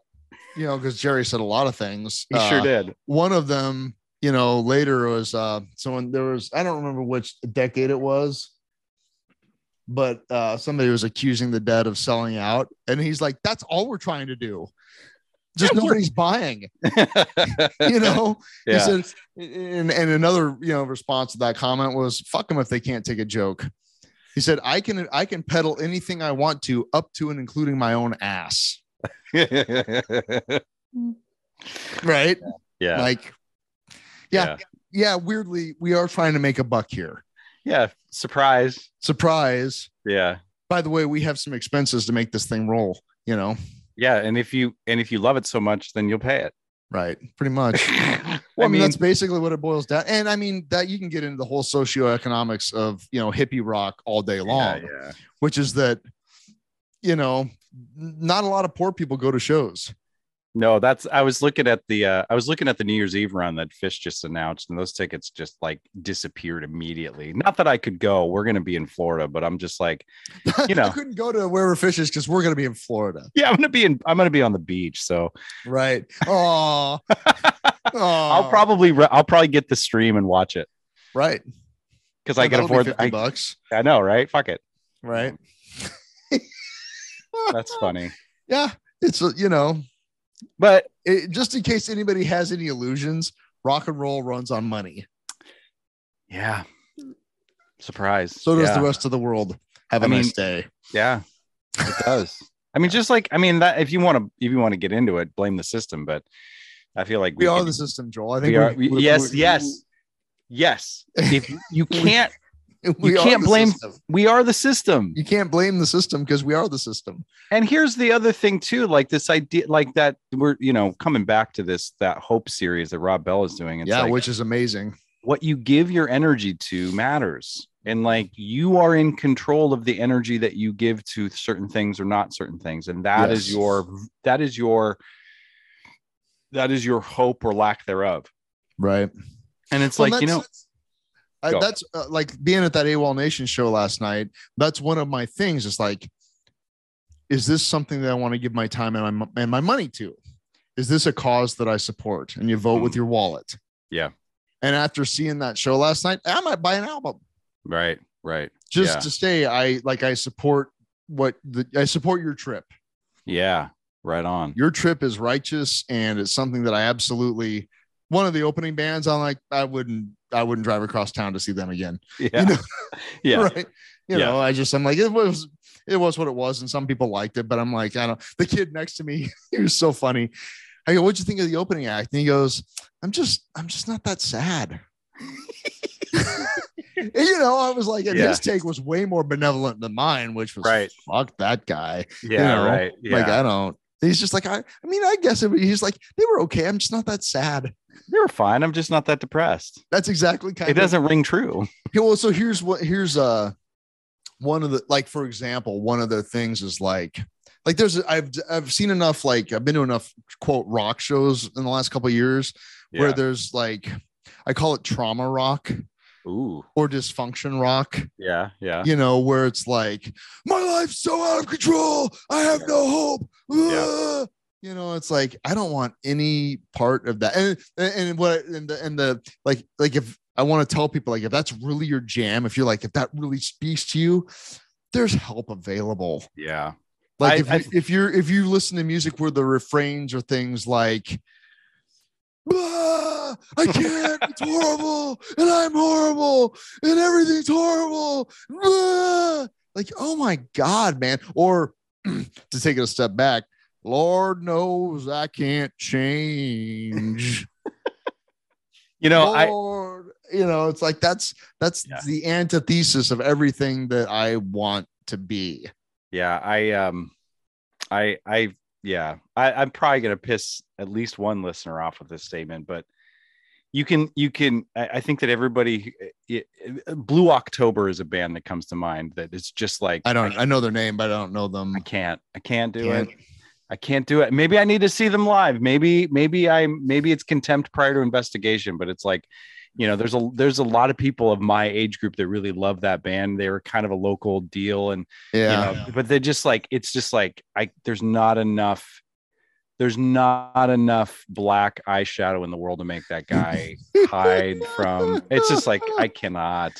Speaker 2: you know, because Jerry said a lot of things.
Speaker 3: he sure
Speaker 2: Uh,
Speaker 3: did.
Speaker 2: One of them, you know, later was uh someone there was I don't remember which decade it was. but uh, somebody was accusing the dead of selling out, and he's like, "That's all we're trying to do. Just
Speaker 3: Yeah, we're-
Speaker 2: nobody's buying." uh, You know, he
Speaker 3: yeah.
Speaker 2: said, and, and another you know response to that comment was, "Fuck them if they can't take a joke." He said, "I can I can peddle anything I want to, up to and including my own ass." Right?
Speaker 3: yeah.
Speaker 2: Like, yeah.
Speaker 3: yeah.
Speaker 2: yeah. Weirdly, we are trying to make a buck here.
Speaker 3: Yeah. Surprise.
Speaker 2: Surprise!
Speaker 3: Yeah.
Speaker 2: By the way, we have some expenses to make this thing roll. You know,
Speaker 3: Yeah. And if you and if you love it so much, then you'll pay it.
Speaker 2: right? Pretty much. Well, I mean, that's basically what it boils down. And I mean that you can get into the whole socioeconomics of you know hippie rock all day long,
Speaker 3: Yeah, yeah.
Speaker 2: which is that you know n- not a lot of poor people go to shows.
Speaker 3: No, that's I was looking at the uh I was looking at the New Year's Eve run that Fish just announced, and those tickets just like disappeared immediately. Not that I could go. We're gonna be in Florida, but I'm just like, You know.
Speaker 2: I couldn't go to wherever fish is because we're gonna be in Florida,
Speaker 3: yeah, I'm gonna be in I'm gonna be on the beach. So
Speaker 2: right? Oh,
Speaker 3: I'll probably re- I'll probably get the stream and watch it
Speaker 2: right.
Speaker 3: because I can
Speaker 2: That'll be
Speaker 3: afford
Speaker 2: fifty
Speaker 3: I,
Speaker 2: bucks,
Speaker 3: I know, right? Fuck it.
Speaker 2: right?
Speaker 3: That's funny.
Speaker 2: yeah. It's a- you know
Speaker 3: But
Speaker 2: it, just in case anybody has any illusions, rock and roll runs on money.
Speaker 3: yeah. Surprise.
Speaker 2: So does
Speaker 3: yeah.
Speaker 2: the rest of the world. Have a
Speaker 3: I mean,
Speaker 2: nice day.
Speaker 3: Yeah. It does. I mean, just like I mean that if you want to if you want to get into it, blame the system. But I feel like
Speaker 2: we are
Speaker 3: can-
Speaker 2: the system, Joel. I think
Speaker 3: we are
Speaker 2: we-
Speaker 3: we-
Speaker 2: we-
Speaker 3: yes
Speaker 2: we-
Speaker 3: yes yes if you- you
Speaker 2: We-
Speaker 3: can't
Speaker 2: we
Speaker 3: you
Speaker 2: are
Speaker 3: can't
Speaker 2: the
Speaker 3: blame-
Speaker 2: system.
Speaker 3: we are the system
Speaker 2: You can't blame the system because we are the system.
Speaker 3: and here's the other thing too like this idea like that we're you know coming back to this that hope series that rob bell is doing it's
Speaker 2: yeah,
Speaker 3: like,
Speaker 2: which is amazing.
Speaker 3: what you give your energy to matters and like you are in control of the energy that you give to certain things or not certain things and that is
Speaker 2: Yes.
Speaker 3: your that is your that is your hope or lack thereof
Speaker 2: Right.
Speaker 3: and it's like you know
Speaker 2: I,
Speaker 3: Go.
Speaker 2: that's uh, like being at that AWOL Nation show last night. That's one of my things. It's like, is this something that I want to give my time and my, mo- and my money to? Is this a cause that I support? And you vote with your wallet.
Speaker 3: Hmm. Yeah.
Speaker 2: And after seeing that show last night, I might buy an album.
Speaker 3: right right
Speaker 2: just
Speaker 3: Yeah.
Speaker 2: to say I like I support what the, I support your trip.
Speaker 3: yeah right on
Speaker 2: Your trip is righteous and it's something that I absolutely one of the opening bands I'm like I wouldn't I wouldn't drive across town to see them again.
Speaker 3: yeah
Speaker 2: know?
Speaker 3: yeah
Speaker 2: Right. You
Speaker 3: Yeah.
Speaker 2: know, I just I'm like it was it was what it was and some people liked it but I'm like I don't the kid next to me he was so funny. I go what'd you think of the opening act? And he goes I'm just I'm just not that sad. And, you know, I was like, and
Speaker 3: Yeah.
Speaker 2: his take was way more benevolent than mine, which was
Speaker 3: Right.
Speaker 2: fuck that guy.
Speaker 3: yeah
Speaker 2: know,
Speaker 3: right yeah
Speaker 2: Like I don't. He's just like I. I mean, I guess it, was- he's like they were okay. I'm just not that sad.
Speaker 3: they were fine i'm just not that depressed
Speaker 2: That's exactly kind
Speaker 3: it
Speaker 2: of.
Speaker 3: doesn't ring true
Speaker 2: Okay, Well, so here's what here's uh one of the like for example one of the things is like like there's I've I've seen enough like I've been to enough quote rock shows in the last couple of years where
Speaker 3: Yeah.
Speaker 2: there's like I call it trauma rock
Speaker 3: ooh
Speaker 2: or dysfunction rock.
Speaker 3: yeah yeah
Speaker 2: you know, where it's like, my life's so out of control. I have no hope. Ah. You know, it's like I don't want any part of that. And and, and what and the and the like like if I want to tell people like if that's really your jam, if you're like if that really speaks to you, there's help available.
Speaker 3: yeah
Speaker 2: Like
Speaker 3: I-
Speaker 2: if,
Speaker 3: I-
Speaker 2: you, if you're if you listen to music where the refrains are things like "Ah, I can't, it's horrible, and I'm horrible, and everything's horrible. ah," Like, oh my god, man. Or to take it a step back, Lord knows I can't change.
Speaker 3: you know i
Speaker 2: Lord, you know, it's like that's that's
Speaker 3: Yeah.
Speaker 2: the antithesis of everything that I want to be.
Speaker 3: Yeah, I um I I yeah, I, I'm probably gonna piss at least one listener off with this statement, but you can you can I, I think that everybody it, it- Blue October is a band that comes to mind that it's just like
Speaker 2: I don't I know their name, but I don't know them.
Speaker 3: I can't I can't do
Speaker 2: Can't.
Speaker 3: it. I can't do it. Maybe I need to see them live. Maybe maybe I maybe it's contempt prior to investigation, but it's like you know there's a there's a lot of people of my age group that really love that band. They were kind of a local deal and
Speaker 2: Yeah.
Speaker 3: you know, but they just like it's just like i there's not enough there's not enough black eyeshadow in the world to make that guy hide from it's just like i cannot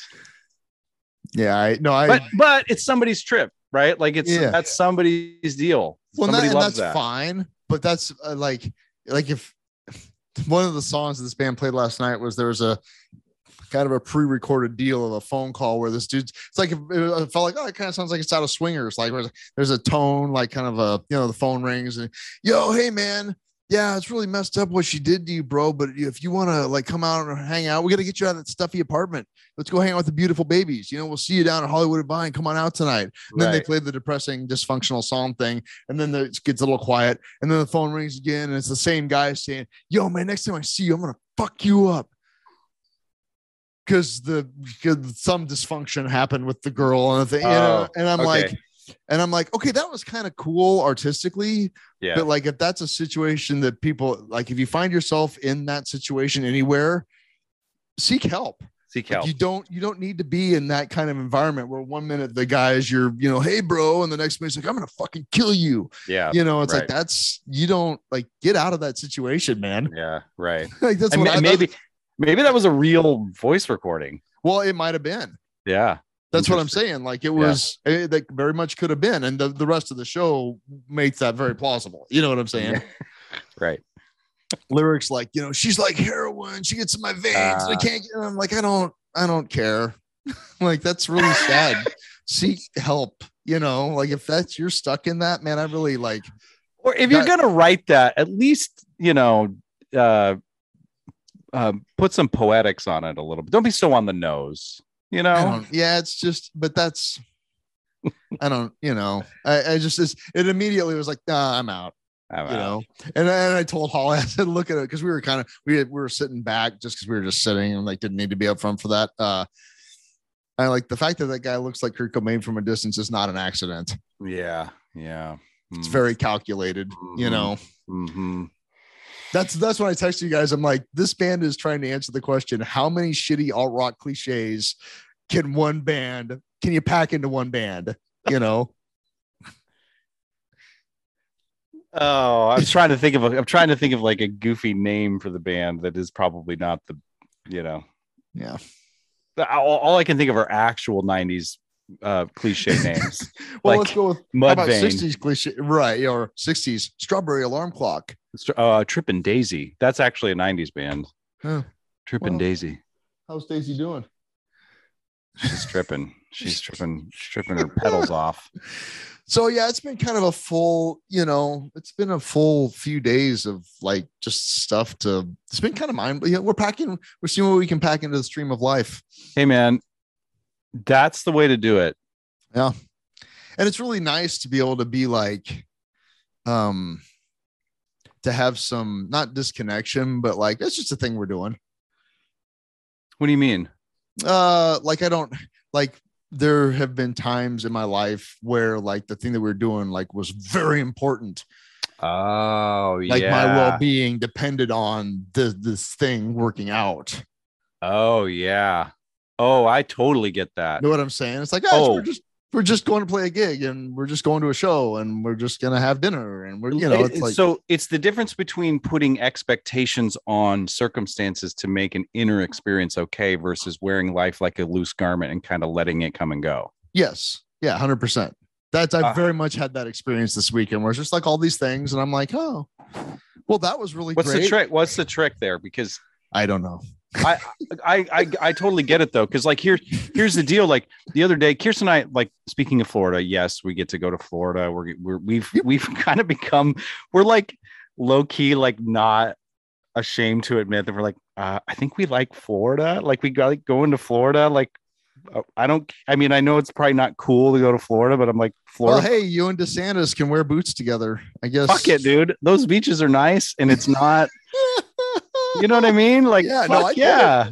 Speaker 2: Yeah, I no, I
Speaker 3: but but it's somebody's trip, right? Like it's
Speaker 2: Yeah.
Speaker 3: that's somebody's deal.
Speaker 2: well, and that-
Speaker 3: Somebody
Speaker 2: and
Speaker 3: loves
Speaker 2: that's
Speaker 3: that.
Speaker 2: fine, but that's uh, like like if one of the songs that this band played last night was there was a kind of a pre-recorded deal of a phone call where this dude's it's like it, it felt like oh it kind of sounds like it's out of swingers like where there's a tone like kind of a you know the phone rings and yo hey man yeah it's really messed up what she did to you bro but if you want to like come out and hang out we got to get you out of that stuffy apartment let's go hang out with the beautiful babies you know we'll see you down at hollywood and vine come on out tonight and then they
Speaker 3: Right.
Speaker 2: played the depressing, dysfunctional song thing, and then the, it gets a little quiet, and then the phone rings again, and it's the same guy saying, "Yo, man, next time I see you, I'm gonna fuck you up," because the because some dysfunction happened with the girl and the thing, you know?
Speaker 3: Oh,
Speaker 2: and I'm
Speaker 3: okay.
Speaker 2: like, and I'm like, okay, that was kind of cool artistically,
Speaker 3: Yeah.
Speaker 2: but like if that's a situation that people like, if you find yourself in that situation anywhere, seek help.
Speaker 3: Seek
Speaker 2: Like,
Speaker 3: help.
Speaker 2: you don't you don't need to be in that kind of environment where one minute the guy is your you know hey bro and the next minute's like I'm gonna fucking kill you
Speaker 3: yeah.
Speaker 2: you know it's like
Speaker 3: right.
Speaker 2: that's you don't like get out of that situation man
Speaker 3: Yeah. Right.
Speaker 2: like that's
Speaker 3: And
Speaker 2: what
Speaker 3: ma-
Speaker 2: I,
Speaker 3: maybe maybe that was a real voice recording.
Speaker 2: well it might have been
Speaker 3: Yeah.
Speaker 2: that's what I'm
Speaker 3: Interesting.
Speaker 2: saying like it was it, that very much could have been and the, the rest of the show makes that very plausible you know what I'm saying
Speaker 3: Right.
Speaker 2: lyrics like you know she's like heroin she gets in my veins and I
Speaker 3: Uh.
Speaker 2: can't get and I'm like I don't I don't care like that's really sad seek help you know like if that's you're stuck in that man I really like
Speaker 3: Or if you're
Speaker 2: That-
Speaker 3: gonna write that, at least you know, uh, um, put some poetics on it a little bit. Don't be so on the nose. You
Speaker 2: I
Speaker 3: know.
Speaker 2: don't, yeah it's just but that's I don't you know I, I just it's, it immediately was like nah I'm out
Speaker 3: I'm
Speaker 2: you
Speaker 3: out.
Speaker 2: know and, and I told Holly I said look at it because we were kind of we had, we were sitting back just because we were just sitting and like didn't need to be up front for that uh I like the fact that that guy looks like Kurt Cobain from a distance is not an accident
Speaker 3: Yeah. Yeah.
Speaker 2: it's very calculated you
Speaker 3: Mhm.
Speaker 2: know
Speaker 3: hmm
Speaker 2: that's that's when i text you guys i'm like this band is trying to answer the question how many shitty alt rock cliches can one band can you pack into one band you know
Speaker 3: Oh, I was trying to think of a, I'm trying to think of like a goofy name for the band that is probably not the, you know,
Speaker 2: yeah
Speaker 3: the- all, all I can think of are actual '90s uh, cliche names.
Speaker 2: well
Speaker 3: Like,
Speaker 2: let's go with how about
Speaker 3: Mudvayne,
Speaker 2: 60s cliche right or 60s strawberry alarm clock
Speaker 3: uh, Trip and Daisy. That's actually a '90s band.
Speaker 2: Oh,
Speaker 3: Trip
Speaker 2: well.
Speaker 3: and Daisy.
Speaker 2: how's daisy doing
Speaker 3: She's tripping. She's tripping. She's tripping her pedals off.
Speaker 2: so yeah it's been kind of a full you know it's been a full few days of like just stuff to it's been kind of mind yeah we're packing we're seeing what we can pack into the stream of life
Speaker 3: Hey, man, that's the way to do it.
Speaker 2: and it's really nice to be able to be like um to have some not disconnection but like that's just a thing we're doing
Speaker 3: What do you mean?
Speaker 2: uh like i don't like there have been times in my life where like the thing that we are doing like was very important
Speaker 3: Oh,
Speaker 2: like my well-being depended on the this thing working out
Speaker 3: Oh, yeah. Oh, I totally get
Speaker 2: you
Speaker 3: that.
Speaker 2: know what i'm saying it's like oh.
Speaker 3: Uh, Oh.
Speaker 2: we're just we're just going to play a gig and we're just going to a show and we're just gonna have dinner and we're you know
Speaker 3: It-
Speaker 2: it's
Speaker 3: it-
Speaker 2: like
Speaker 3: so it's the difference between putting expectations on circumstances to make an inner experience okay versus wearing life like a loose garment and kind of letting it come and go.
Speaker 2: Yes. Yeah, 100%. That's I've
Speaker 3: Uh,
Speaker 2: very much had that experience this weekend where it's just like all these things and I'm like, "Oh. Well, that was really
Speaker 3: What's
Speaker 2: great."
Speaker 3: the trick? What's the trick there? Because
Speaker 2: I don't know.
Speaker 3: I I, I totally get it though. Because like here here's the deal. Like the other day, Kirsten and I like speaking of Florida. Yes, we get to go to Florida. We're, we're we've we've kind of become we're like low key like not ashamed to admit that we're like uh, I think we like Florida. Like we got like going to Florida. Like uh, I don't. I mean, I know it's probably not cool to go to Florida, but I'm like
Speaker 2: Well,
Speaker 3: Florida.
Speaker 2: hey, you and DeSantis can wear boots together. I guess.
Speaker 3: fuck it, dude. Those beaches are nice, and it's not. You know what I mean? Like
Speaker 2: Yeah,
Speaker 3: yeah,
Speaker 2: no, I get it.
Speaker 3: yeah.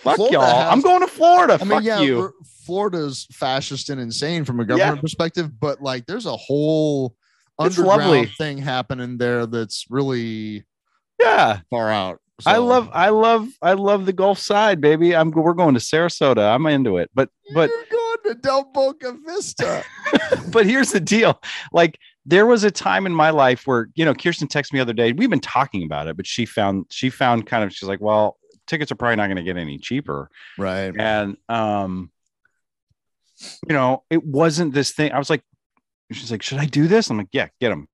Speaker 3: Fuck
Speaker 2: Florida
Speaker 3: y'all.
Speaker 2: has-
Speaker 3: I'm going to Florida.
Speaker 2: I
Speaker 3: fuck
Speaker 2: mean, yeah,
Speaker 3: you.
Speaker 2: we're- Florida's fascist and insane from a government perspective, but like there's a whole
Speaker 3: It's
Speaker 2: underground
Speaker 3: lovely.
Speaker 2: thing happening there that's really
Speaker 3: Yeah,
Speaker 2: far out.
Speaker 3: I
Speaker 2: So-
Speaker 3: love, I love, I love the Gulf side, baby. I'm we're going to Sarasota. I'm into it. But but
Speaker 2: You're going to Del Boca Vista.
Speaker 3: but here's the deal. Like there was a time in my life where you know Kirsten texted me the other day. We've been talking about it, but she found she found kind of she's like, well, tickets are probably not going to get any cheaper,
Speaker 2: right.
Speaker 3: and um, you know, it wasn't this thing. I was like, she's like, should I do this? I'm like, yeah, get him.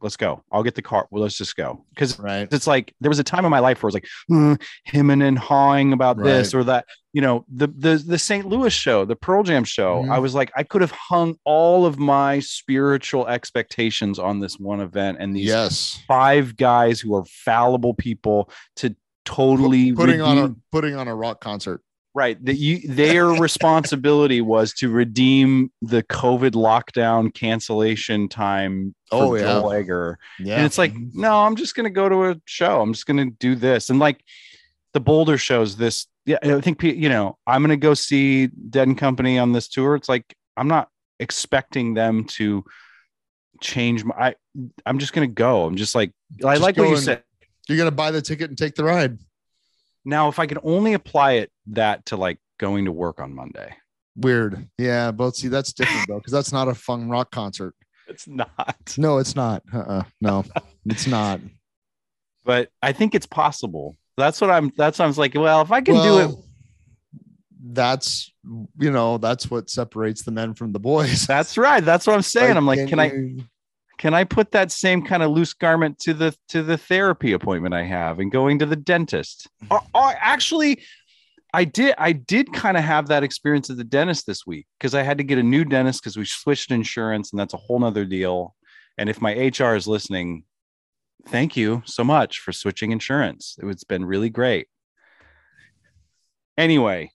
Speaker 3: Let's go. I'll get the car. Well, let's just go. Because
Speaker 2: Right.
Speaker 3: it's like there was a time in my life where I was like, mm, him and and hawing about this or that. You know, the the the St. Louis show, the Pearl Jam show.
Speaker 2: Mhm.
Speaker 3: I was like, I could have hung all of my spiritual expectations on this one event and these
Speaker 2: Yes.
Speaker 3: five guys who are fallible people to totally
Speaker 2: Putting on a
Speaker 3: redeem-
Speaker 2: putting on a rock concert.
Speaker 3: right that you their responsibility was to redeem the covid lockdown cancellation time for
Speaker 2: Oh, yeah.
Speaker 3: Joel Egger.
Speaker 2: Yeah. Mm-hmm.
Speaker 3: and it's like no i'm just gonna go to a show i'm just gonna do this and like the boulder shows this yeah i think pe- you know i'm gonna go see dead and company on this tour it's like i'm not expecting them to change my I, i'm just gonna go i'm just like i
Speaker 2: Just
Speaker 3: like what
Speaker 2: go
Speaker 3: you
Speaker 2: and-
Speaker 3: said
Speaker 2: you're gonna buy the ticket and take the ride.
Speaker 3: now if i could only apply it that to like going to work on monday
Speaker 2: Weird. Yeah, but see, that's different though, because that's not a fun rock concert.
Speaker 3: it's not
Speaker 2: No, it's not. Uh-uh. No, it's not.
Speaker 3: but i think it's possible that's what i'm that's what i was like well if i can do it
Speaker 2: Well, That's you know that's what separates the men from the boys.
Speaker 3: that's right that's what i'm saying i'm like can i
Speaker 2: you-
Speaker 3: can I put that same kind of loose garment to the to the therapy appointment I have and going to the dentist? Or, or actually, I did I did kind of have that experience at the dentist this week because I had to get a new dentist because we switched insurance and that's a whole nother deal. And if my HR is listening, thank you so much for switching insurance. It's been really great. Anyway,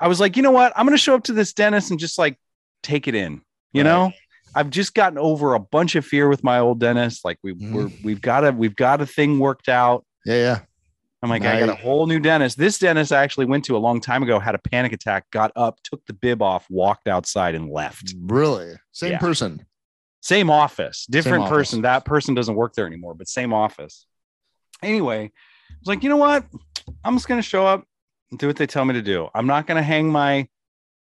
Speaker 3: I was like, you know what? I'm gonna show up to this dentist and just like take it in, you
Speaker 2: Right.
Speaker 3: know? I've just gotten over a bunch of fear with my old dentist. Like we
Speaker 2: Mhm.
Speaker 3: we're, we've got a we've got a thing worked out.
Speaker 2: Yeah, yeah.
Speaker 3: I'm like, I got a
Speaker 2: Nice.
Speaker 3: whole new dentist. This dentist I actually went to a long time ago, had a panic attack, got up, took the bib off, walked outside, and left.
Speaker 2: Really, same
Speaker 3: Yeah.
Speaker 2: person.
Speaker 3: Same office, different
Speaker 2: office.
Speaker 3: person. That person doesn't work there anymore, but same office. Anyway, I was like, you know what? I'm just gonna show up and do what they tell me to do. I'm not gonna hang my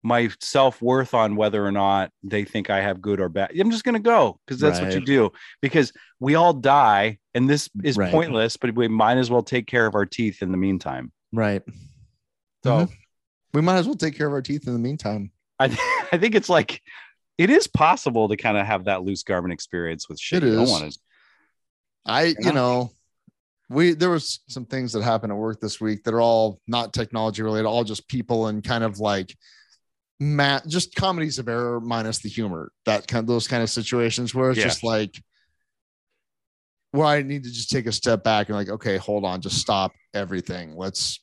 Speaker 3: my self worth on whether or not they think I have good or bad. I'm just gonna go because that's what you
Speaker 2: Right.
Speaker 3: do. Because we all die, and this is
Speaker 2: Right.
Speaker 3: pointless. But we might as well take care of our teeth in the meantime.
Speaker 2: Right.
Speaker 3: So
Speaker 2: Mhm. We might as well take care of our teeth in the meantime.
Speaker 3: I th- I think it's like it is possible to kind of have that loose garment experience with shit.
Speaker 2: It
Speaker 3: you don't
Speaker 2: is.
Speaker 3: wanna-
Speaker 2: I,
Speaker 3: Yeah.
Speaker 2: you know, we there was some things that happened at work this week that are all not technology related, all just people and kind of like mat just comedies of error minus the humor. That kind those kind of situations where it's
Speaker 3: Yeah.
Speaker 2: just like where I need to just take a step back and like, okay, hold on, just stop everything. Let's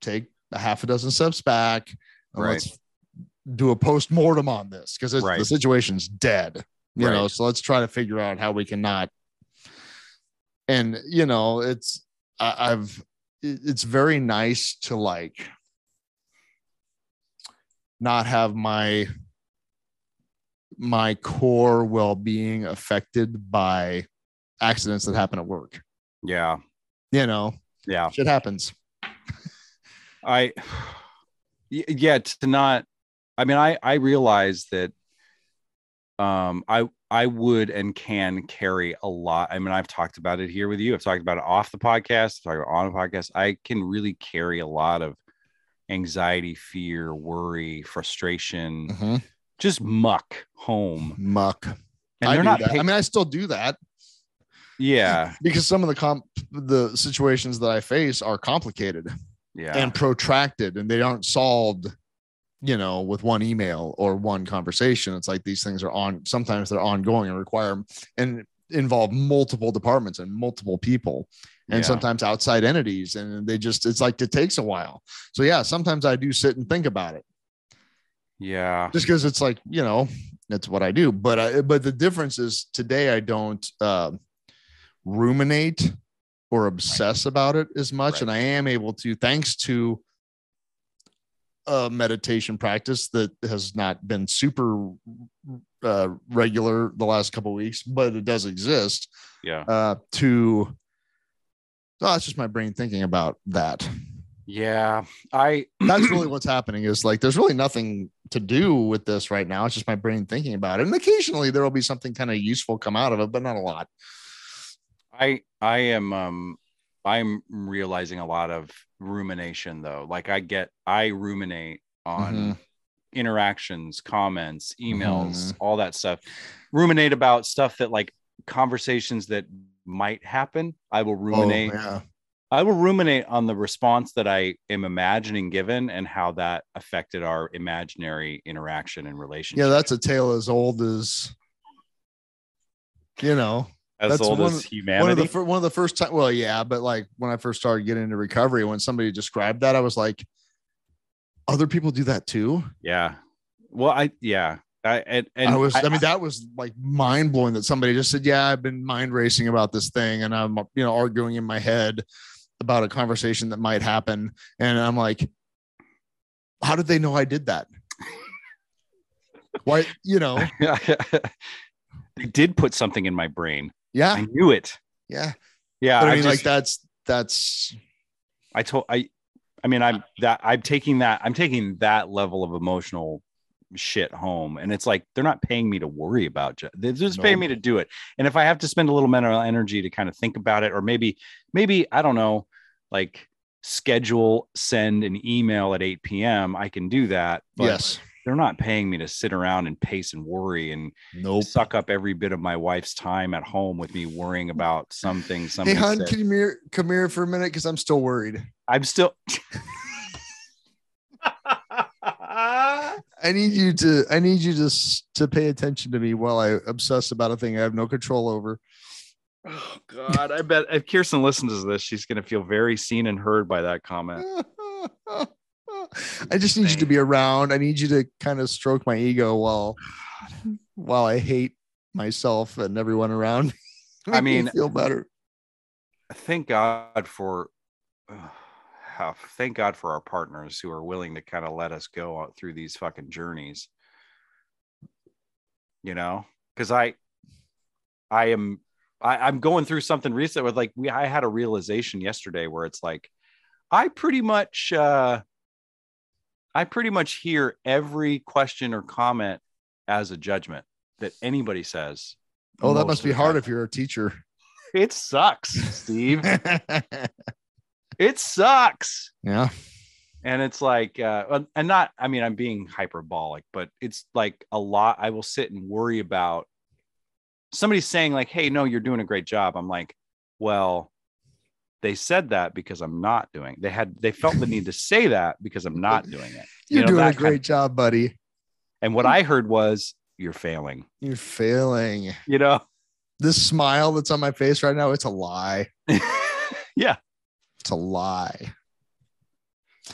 Speaker 2: take a half a dozen steps back and
Speaker 3: Right.
Speaker 2: let's do a post mortem on this because
Speaker 3: Right.
Speaker 2: the situation's dead. You
Speaker 3: Right.
Speaker 2: know, so let's try to figure out how we can not. And you know, it's I, I've it- it's very nice to like not have my my core well-being affected by accidents that happen at work.
Speaker 3: Yeah,
Speaker 2: You know,
Speaker 3: yeah.
Speaker 2: shit happens.
Speaker 3: I y- yeah to not I mean I I realize that um I I would and can carry a lot. I mean I've talked about it here with you. I've talked about it off the podcast, I've talked about it on the podcast. I can really carry a lot of anxiety, fear, worry, frustration,
Speaker 2: Mhm.
Speaker 3: just muck home.
Speaker 2: Muck.
Speaker 3: Mm-hmm. And
Speaker 2: I
Speaker 3: they're
Speaker 2: do
Speaker 3: not
Speaker 2: that.
Speaker 3: pick-
Speaker 2: I mean, I still do that
Speaker 3: yeah,
Speaker 2: because some of the comp the situations that I face are complicated.
Speaker 3: yeah.
Speaker 2: and protracted and they aren't solved you know with one email or one conversation it's like these things are on sometimes they're ongoing and require and involve multiple departments and multiple people and
Speaker 3: Yeah.
Speaker 2: sometimes outside entities and they just it's like it takes a while so yeah sometimes i do sit and think about it
Speaker 3: yeah.
Speaker 2: just because it's like you know that's what i do but i but the difference is today i don't um ruminate or obsess about it as much
Speaker 3: Right.
Speaker 2: and i am able to thanks to a meditation practice that has not been super uh, regular the last couple of weeks but it does exist
Speaker 3: Yeah.
Speaker 2: uh, to oh, it's just my brain thinking about that
Speaker 3: Yeah. I
Speaker 2: that's really what's happening is like there's really nothing to do with this right now. It's just my brain thinking about it. And occasionally there will be something kind of useful come out of it, but not a lot.
Speaker 3: I I am um I'm
Speaker 2: Mm-hmm.
Speaker 3: realizing a lot of rumination though. Like I get I ruminate on interactions, comments, emails,
Speaker 2: Mm-hmm.
Speaker 3: all that stuff. Ruminate about stuff that like conversations that might happen. I will ruminate.
Speaker 2: Oh, yeah.
Speaker 3: I will ruminate on the response that I am imagining given and how that affected our imaginary interaction and relationship.
Speaker 2: yeah, that's a tale as old as you know
Speaker 3: as
Speaker 2: that's
Speaker 3: old
Speaker 2: one-
Speaker 3: as
Speaker 2: one of
Speaker 3: humanity.
Speaker 2: the fir- one of the first time. Well, yeah, but like when I first started getting into recovery, when somebody described that, I was like, "Other people do that too."
Speaker 3: yeah. Well, I yeah. I and, and
Speaker 2: I was, I, mean, that was like mind blowing that somebody just said, "Yeah, I've been mind racing about this thing, and I'm you know arguing in my head about a conversation that might happen," and I'm like, "How did they know I did that?" Why, you know,
Speaker 3: they did put something in my brain. I
Speaker 2: yeah,
Speaker 3: knew it.
Speaker 2: yeah.
Speaker 3: Yeah.
Speaker 2: But I
Speaker 3: I've
Speaker 2: mean,
Speaker 3: just-
Speaker 2: like that's that's
Speaker 3: I told I I mean I'm that I'm taking that I'm taking that level of emotional shit home and it's like they're not paying me to worry about ju- they're just
Speaker 2: No.
Speaker 3: paying me to do it and if I have to spend a little mental energy to kind of think about it or maybe maybe I don't know like schedule send an email at 8 p.m I can do that but
Speaker 2: yes,
Speaker 3: they're not paying me to sit around and pace and worry and
Speaker 2: nope.
Speaker 3: suck up every bit of my wife's time at home with me worrying about something
Speaker 2: Hey,
Speaker 3: somebody
Speaker 2: hon,
Speaker 3: said.
Speaker 2: can you mir- come here for a minute? Because I'm still worried.
Speaker 3: I'm still
Speaker 2: I need you to I need you to s- to pay attention to me while I obsess about a thing I have no control over.
Speaker 3: Oh God, I bet if Kirsten listens to this, she's gonna feel very seen and heard by that comment.
Speaker 2: I just need you to be around. I need you to kind of stroke my ego while while I hate myself and everyone around me.
Speaker 3: I
Speaker 2: Make me
Speaker 3: mean-
Speaker 2: feel better.
Speaker 3: Thank God for uh, how- thank God for our partners who are willing to kind of let us go out through these fucking journeys. You know, because I I am I, I'm going through something recent with like we I had a realization yesterday where it's like I pretty much uh I pretty much hear every question or comment as a judgment that anybody says.
Speaker 2: Oh, that
Speaker 3: most
Speaker 2: must
Speaker 3: of
Speaker 2: be
Speaker 3: the
Speaker 2: hard
Speaker 3: time.
Speaker 2: if you're a teacher.
Speaker 3: It sucks, Steve.
Speaker 2: yeah.
Speaker 3: it sucks. and it's like uh and not i mean i'm being hyperbolic but it's like a lot i will sit and worry about somebody saying like hey no you're doing a great job i'm like well they said that because i'm not doing they had they felt the need to say that because i'm not doing it You
Speaker 2: You're
Speaker 3: know,
Speaker 2: doing a
Speaker 3: that kind
Speaker 2: great job, buddy.
Speaker 3: and what i heard was you're failing
Speaker 2: You're failing.
Speaker 3: you know
Speaker 2: This smile that's on my face right now, it's a lie.
Speaker 3: yeah
Speaker 2: It's a lie.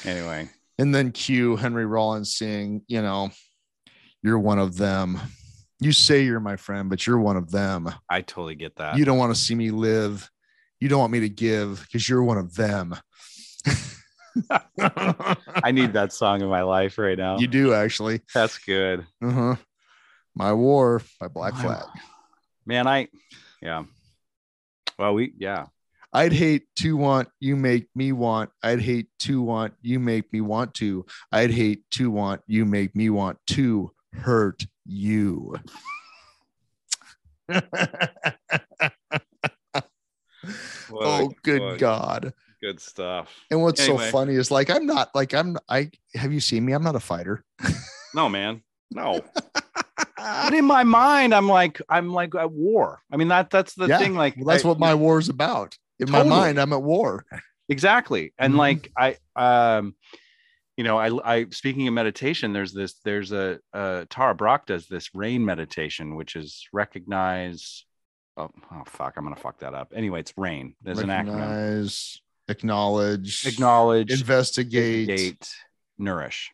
Speaker 3: anyway
Speaker 2: and then cue Henry Rollins saying, you know, you're one of them. You say you're my friend, but you're one of them.
Speaker 3: i totally get that
Speaker 2: You don't want to see me live. You don't want me to give because you're one of them.
Speaker 3: i need that song in my life right now
Speaker 2: you do actually.
Speaker 3: that's good
Speaker 2: Uh-huh. My War by Black
Speaker 3: My
Speaker 2: Flag.
Speaker 3: man i yeah well we yeah
Speaker 2: I'd hate to want you make me want. I'd hate to want you make me want to. I'd hate to want you make me want to hurt you.
Speaker 3: Well,
Speaker 2: oh, good
Speaker 3: fuck.
Speaker 2: God.
Speaker 3: good stuff
Speaker 2: And what's
Speaker 3: Anyway.
Speaker 2: so funny is like, I'm not like, I'm, I have you seen me? I'm not a fighter.
Speaker 3: No, man. No. but in my mind, I'm like, I'm like at war. I mean, that that's the
Speaker 2: Yeah.
Speaker 3: thing. Like
Speaker 2: Well, that's
Speaker 3: I-
Speaker 2: what my war is about. In
Speaker 3: Totally.
Speaker 2: my mind, I'm at war.
Speaker 3: exactly. And
Speaker 2: Mhm.
Speaker 3: like I um you know, I I speaking of meditation, there's this, there's a uh Tara Brock does this rain meditation, which is recognize. Oh, oh fuck, I'm gonna fuck that up. Anyway, it's rain. There's an acronym.
Speaker 2: Recognize, acknowledge,
Speaker 3: Acknowledge,
Speaker 2: investigate.
Speaker 3: investigate, nourish.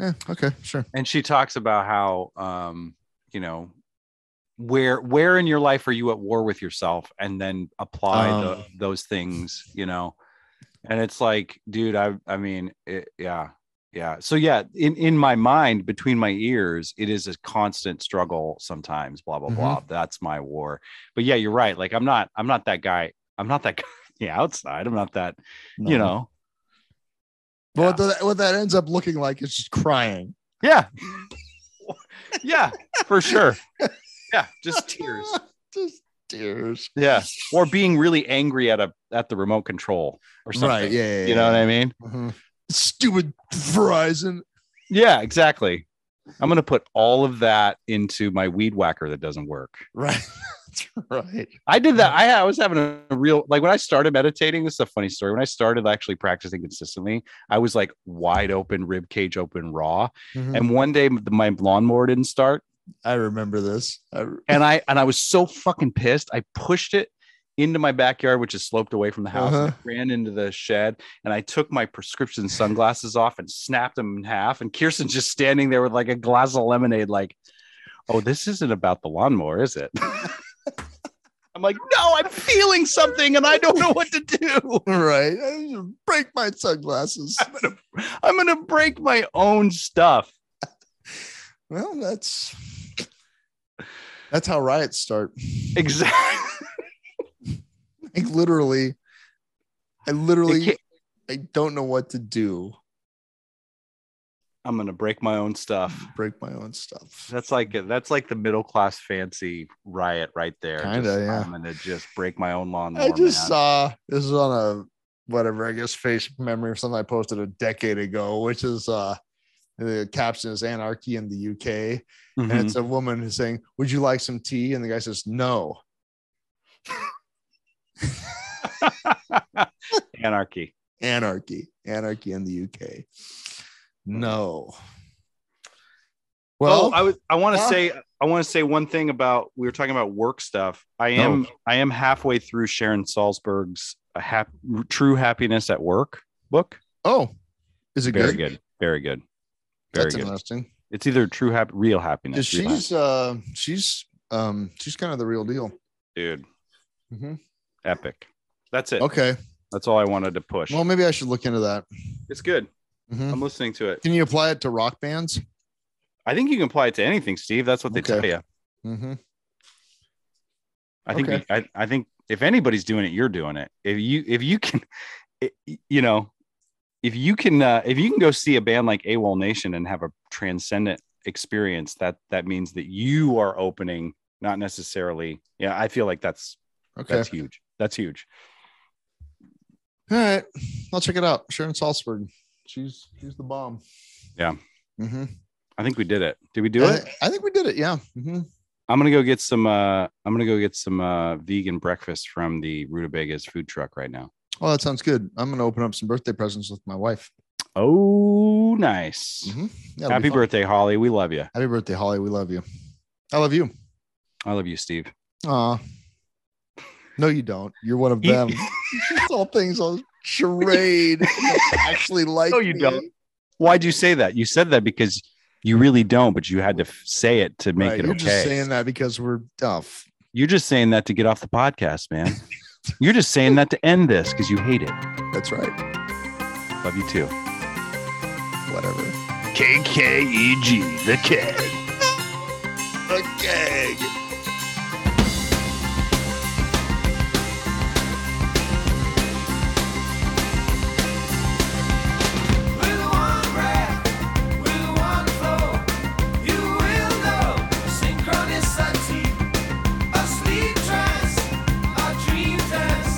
Speaker 2: Eh, okay, sure.
Speaker 3: and she talks about how um you know where where in your life are you at war with yourself and then apply the,
Speaker 2: Um.
Speaker 3: those things you know and it's like dude i i mean it, yeah yeah so yeah in in my mind between my ears it is a constant struggle sometimes blah blah blah that's my war but yeah you're right like i'm not i'm not that guy i'm not that guy on the outside i'm not that you know
Speaker 2: But what, that, what that ends up looking like is just crying.
Speaker 3: Yeah. yeah, for sure. Yeah, just tears.
Speaker 2: just tears.
Speaker 3: Yeah. Or being really angry at a at the remote control or something.
Speaker 2: Right. Yeah. yeah,
Speaker 3: You know what I mean?
Speaker 2: yeah. Mhm. Stupid Verizon.
Speaker 3: yeah, exactly. I'm gonna put all of that into my weed whacker that doesn't work.
Speaker 2: Right. That's right.
Speaker 3: I did that. I, I was having a real like when I started meditating. This is a funny story. When I started actually practicing consistently, I was like wide open, rib cage open, raw.
Speaker 2: Mhm.
Speaker 3: And one day my lawnmower didn't start,
Speaker 2: I remember this. I,
Speaker 3: and I and I was so fucking pissed. I pushed it into my backyard, which is sloped away from the house. and
Speaker 2: Uh-huh.
Speaker 3: I ran into the shed, and I took my prescription sunglasses off and snapped them in half. And Kirsten just standing there with like a glass of lemonade, like, "Oh, this isn't about the lawnmower, is it?" I'm like, "No, I'm feeling something, and I don't know what to do.
Speaker 2: right. I need to break my sunglasses.
Speaker 3: I'm gonna, I'm gonna break my own stuff."
Speaker 2: Well, that's that's how riots start.
Speaker 3: Exactly.
Speaker 2: Like literally, I literally I don't know what to do.
Speaker 3: I'm gonna break my own stuff.
Speaker 2: Break my own stuff.
Speaker 3: That's like that's like the middle class fancy riot right there.
Speaker 2: Kinda,
Speaker 3: Just,
Speaker 2: yeah.
Speaker 3: I'm gonna just break my own lawn.
Speaker 2: I just saw this is on a whatever I guess Facebook memory or something I posted a decade ago, which is uh the caption is anarchy in the UK. and
Speaker 3: Mm-hmm.
Speaker 2: it's a woman who's saying, "Would you like some tea?" And the guy says, "No." Mm-hmm.
Speaker 3: anarchy.
Speaker 2: Anarchy, anarchy in the UK. No. Well,
Speaker 3: oh, I was. I want to
Speaker 2: huh?
Speaker 3: say. I want to say one thing about we were talking about work stuff. I am. I am halfway through Sharon Salzberg's a hap, True Happiness at Work book.
Speaker 2: oh, is it
Speaker 3: Very
Speaker 2: good?
Speaker 3: good. Very good. Very
Speaker 2: That's
Speaker 3: good.
Speaker 2: interesting.
Speaker 3: It's either True Hap, Real Happiness.
Speaker 2: 'Cause
Speaker 3: Real Happiness,
Speaker 2: she's uh, she's um, she's kind of the real deal.
Speaker 3: dude. Epic. That's it.
Speaker 2: Mm-hmm. Okay.
Speaker 3: That's all I wanted to push.
Speaker 2: Well, maybe I should look into that.
Speaker 3: it's good.
Speaker 2: Mhm.
Speaker 3: I'm listening to it.
Speaker 2: Can you apply it to rock bands?
Speaker 3: I think you can apply it to anything, Steve. That's what they
Speaker 2: Okay.
Speaker 3: tell you.
Speaker 2: Mm-hmm.
Speaker 3: I think.
Speaker 2: Okay.
Speaker 3: we- I, I think if anybody's doing it, you're doing it. If you if you can, it- you know, if you can uh, if you can go see a band like AWOL Nation and have a transcendent experience, that that means that you are opening, not necessarily. Yeah, I feel like that's
Speaker 2: Okay.
Speaker 3: that's huge. That's huge.
Speaker 2: All right. I'll check it out. Sharon Salzberg. She's she's the bomb.
Speaker 3: Yeah.
Speaker 2: hmm
Speaker 3: I think we did it. Did we do
Speaker 2: I,
Speaker 3: it?
Speaker 2: I think we did it. Yeah. hmm
Speaker 3: I'm gonna go get some. uh I'm gonna go get some uh vegan breakfast from the Rutabagas food truck right now.
Speaker 2: Oh, that sounds good. I'm going to open up some birthday presents with my wife.
Speaker 3: Oh, nice.
Speaker 2: Mhm. That'll be
Speaker 3: Happy
Speaker 2: fun.
Speaker 3: birthday, Holly. We love you.
Speaker 2: Happy birthday, Holly. We love you. I love you.
Speaker 3: I love you, Steve.
Speaker 2: Aw. No, you don't. You're one of
Speaker 3: He-
Speaker 2: them. it's all things on charade. You don't actually like
Speaker 3: No, you
Speaker 2: me.
Speaker 3: don't. Why'd you say that? You said that because you really don't, but you had to f- say it to make
Speaker 2: Right,
Speaker 3: it
Speaker 2: You're
Speaker 3: okay.
Speaker 2: just saying that because we're oh, tough.
Speaker 3: You're just saying that to get off the podcast, man. You're just saying that to end this because you hate it.
Speaker 2: That's right.
Speaker 3: Love you too.
Speaker 2: Whatever.
Speaker 3: KKEG, the kid.
Speaker 2: A gag.
Speaker 4: With one breath, with one flow, you will know synchronicity, a sleep trance, a dream dance,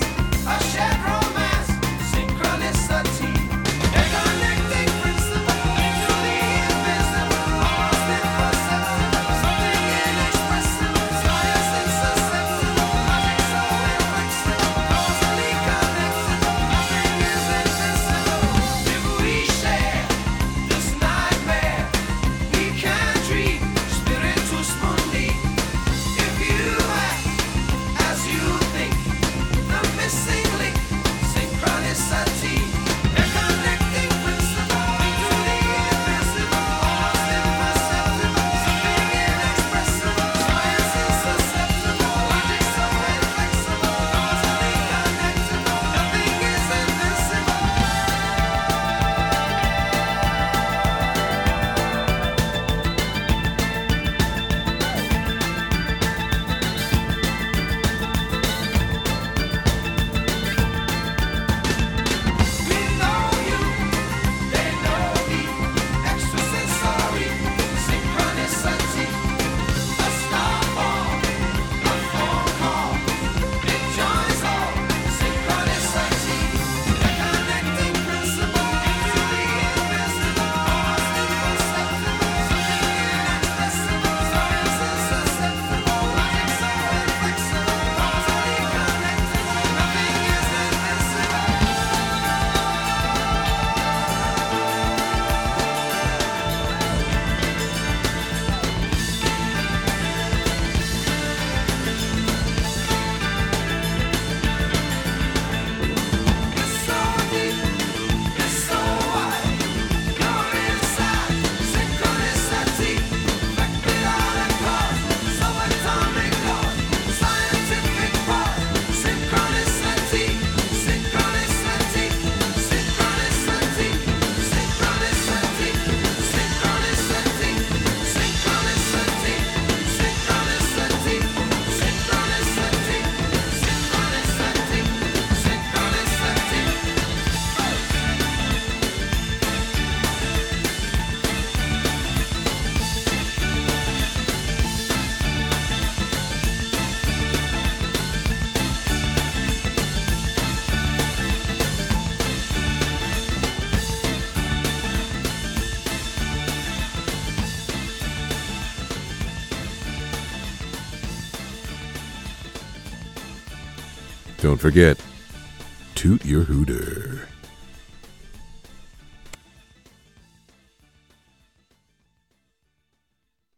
Speaker 4: a shared romance, synchronicity, a connecting principle, the invisible, almost impossible, something inexpressible.
Speaker 1: Don't forget, toot your hooter.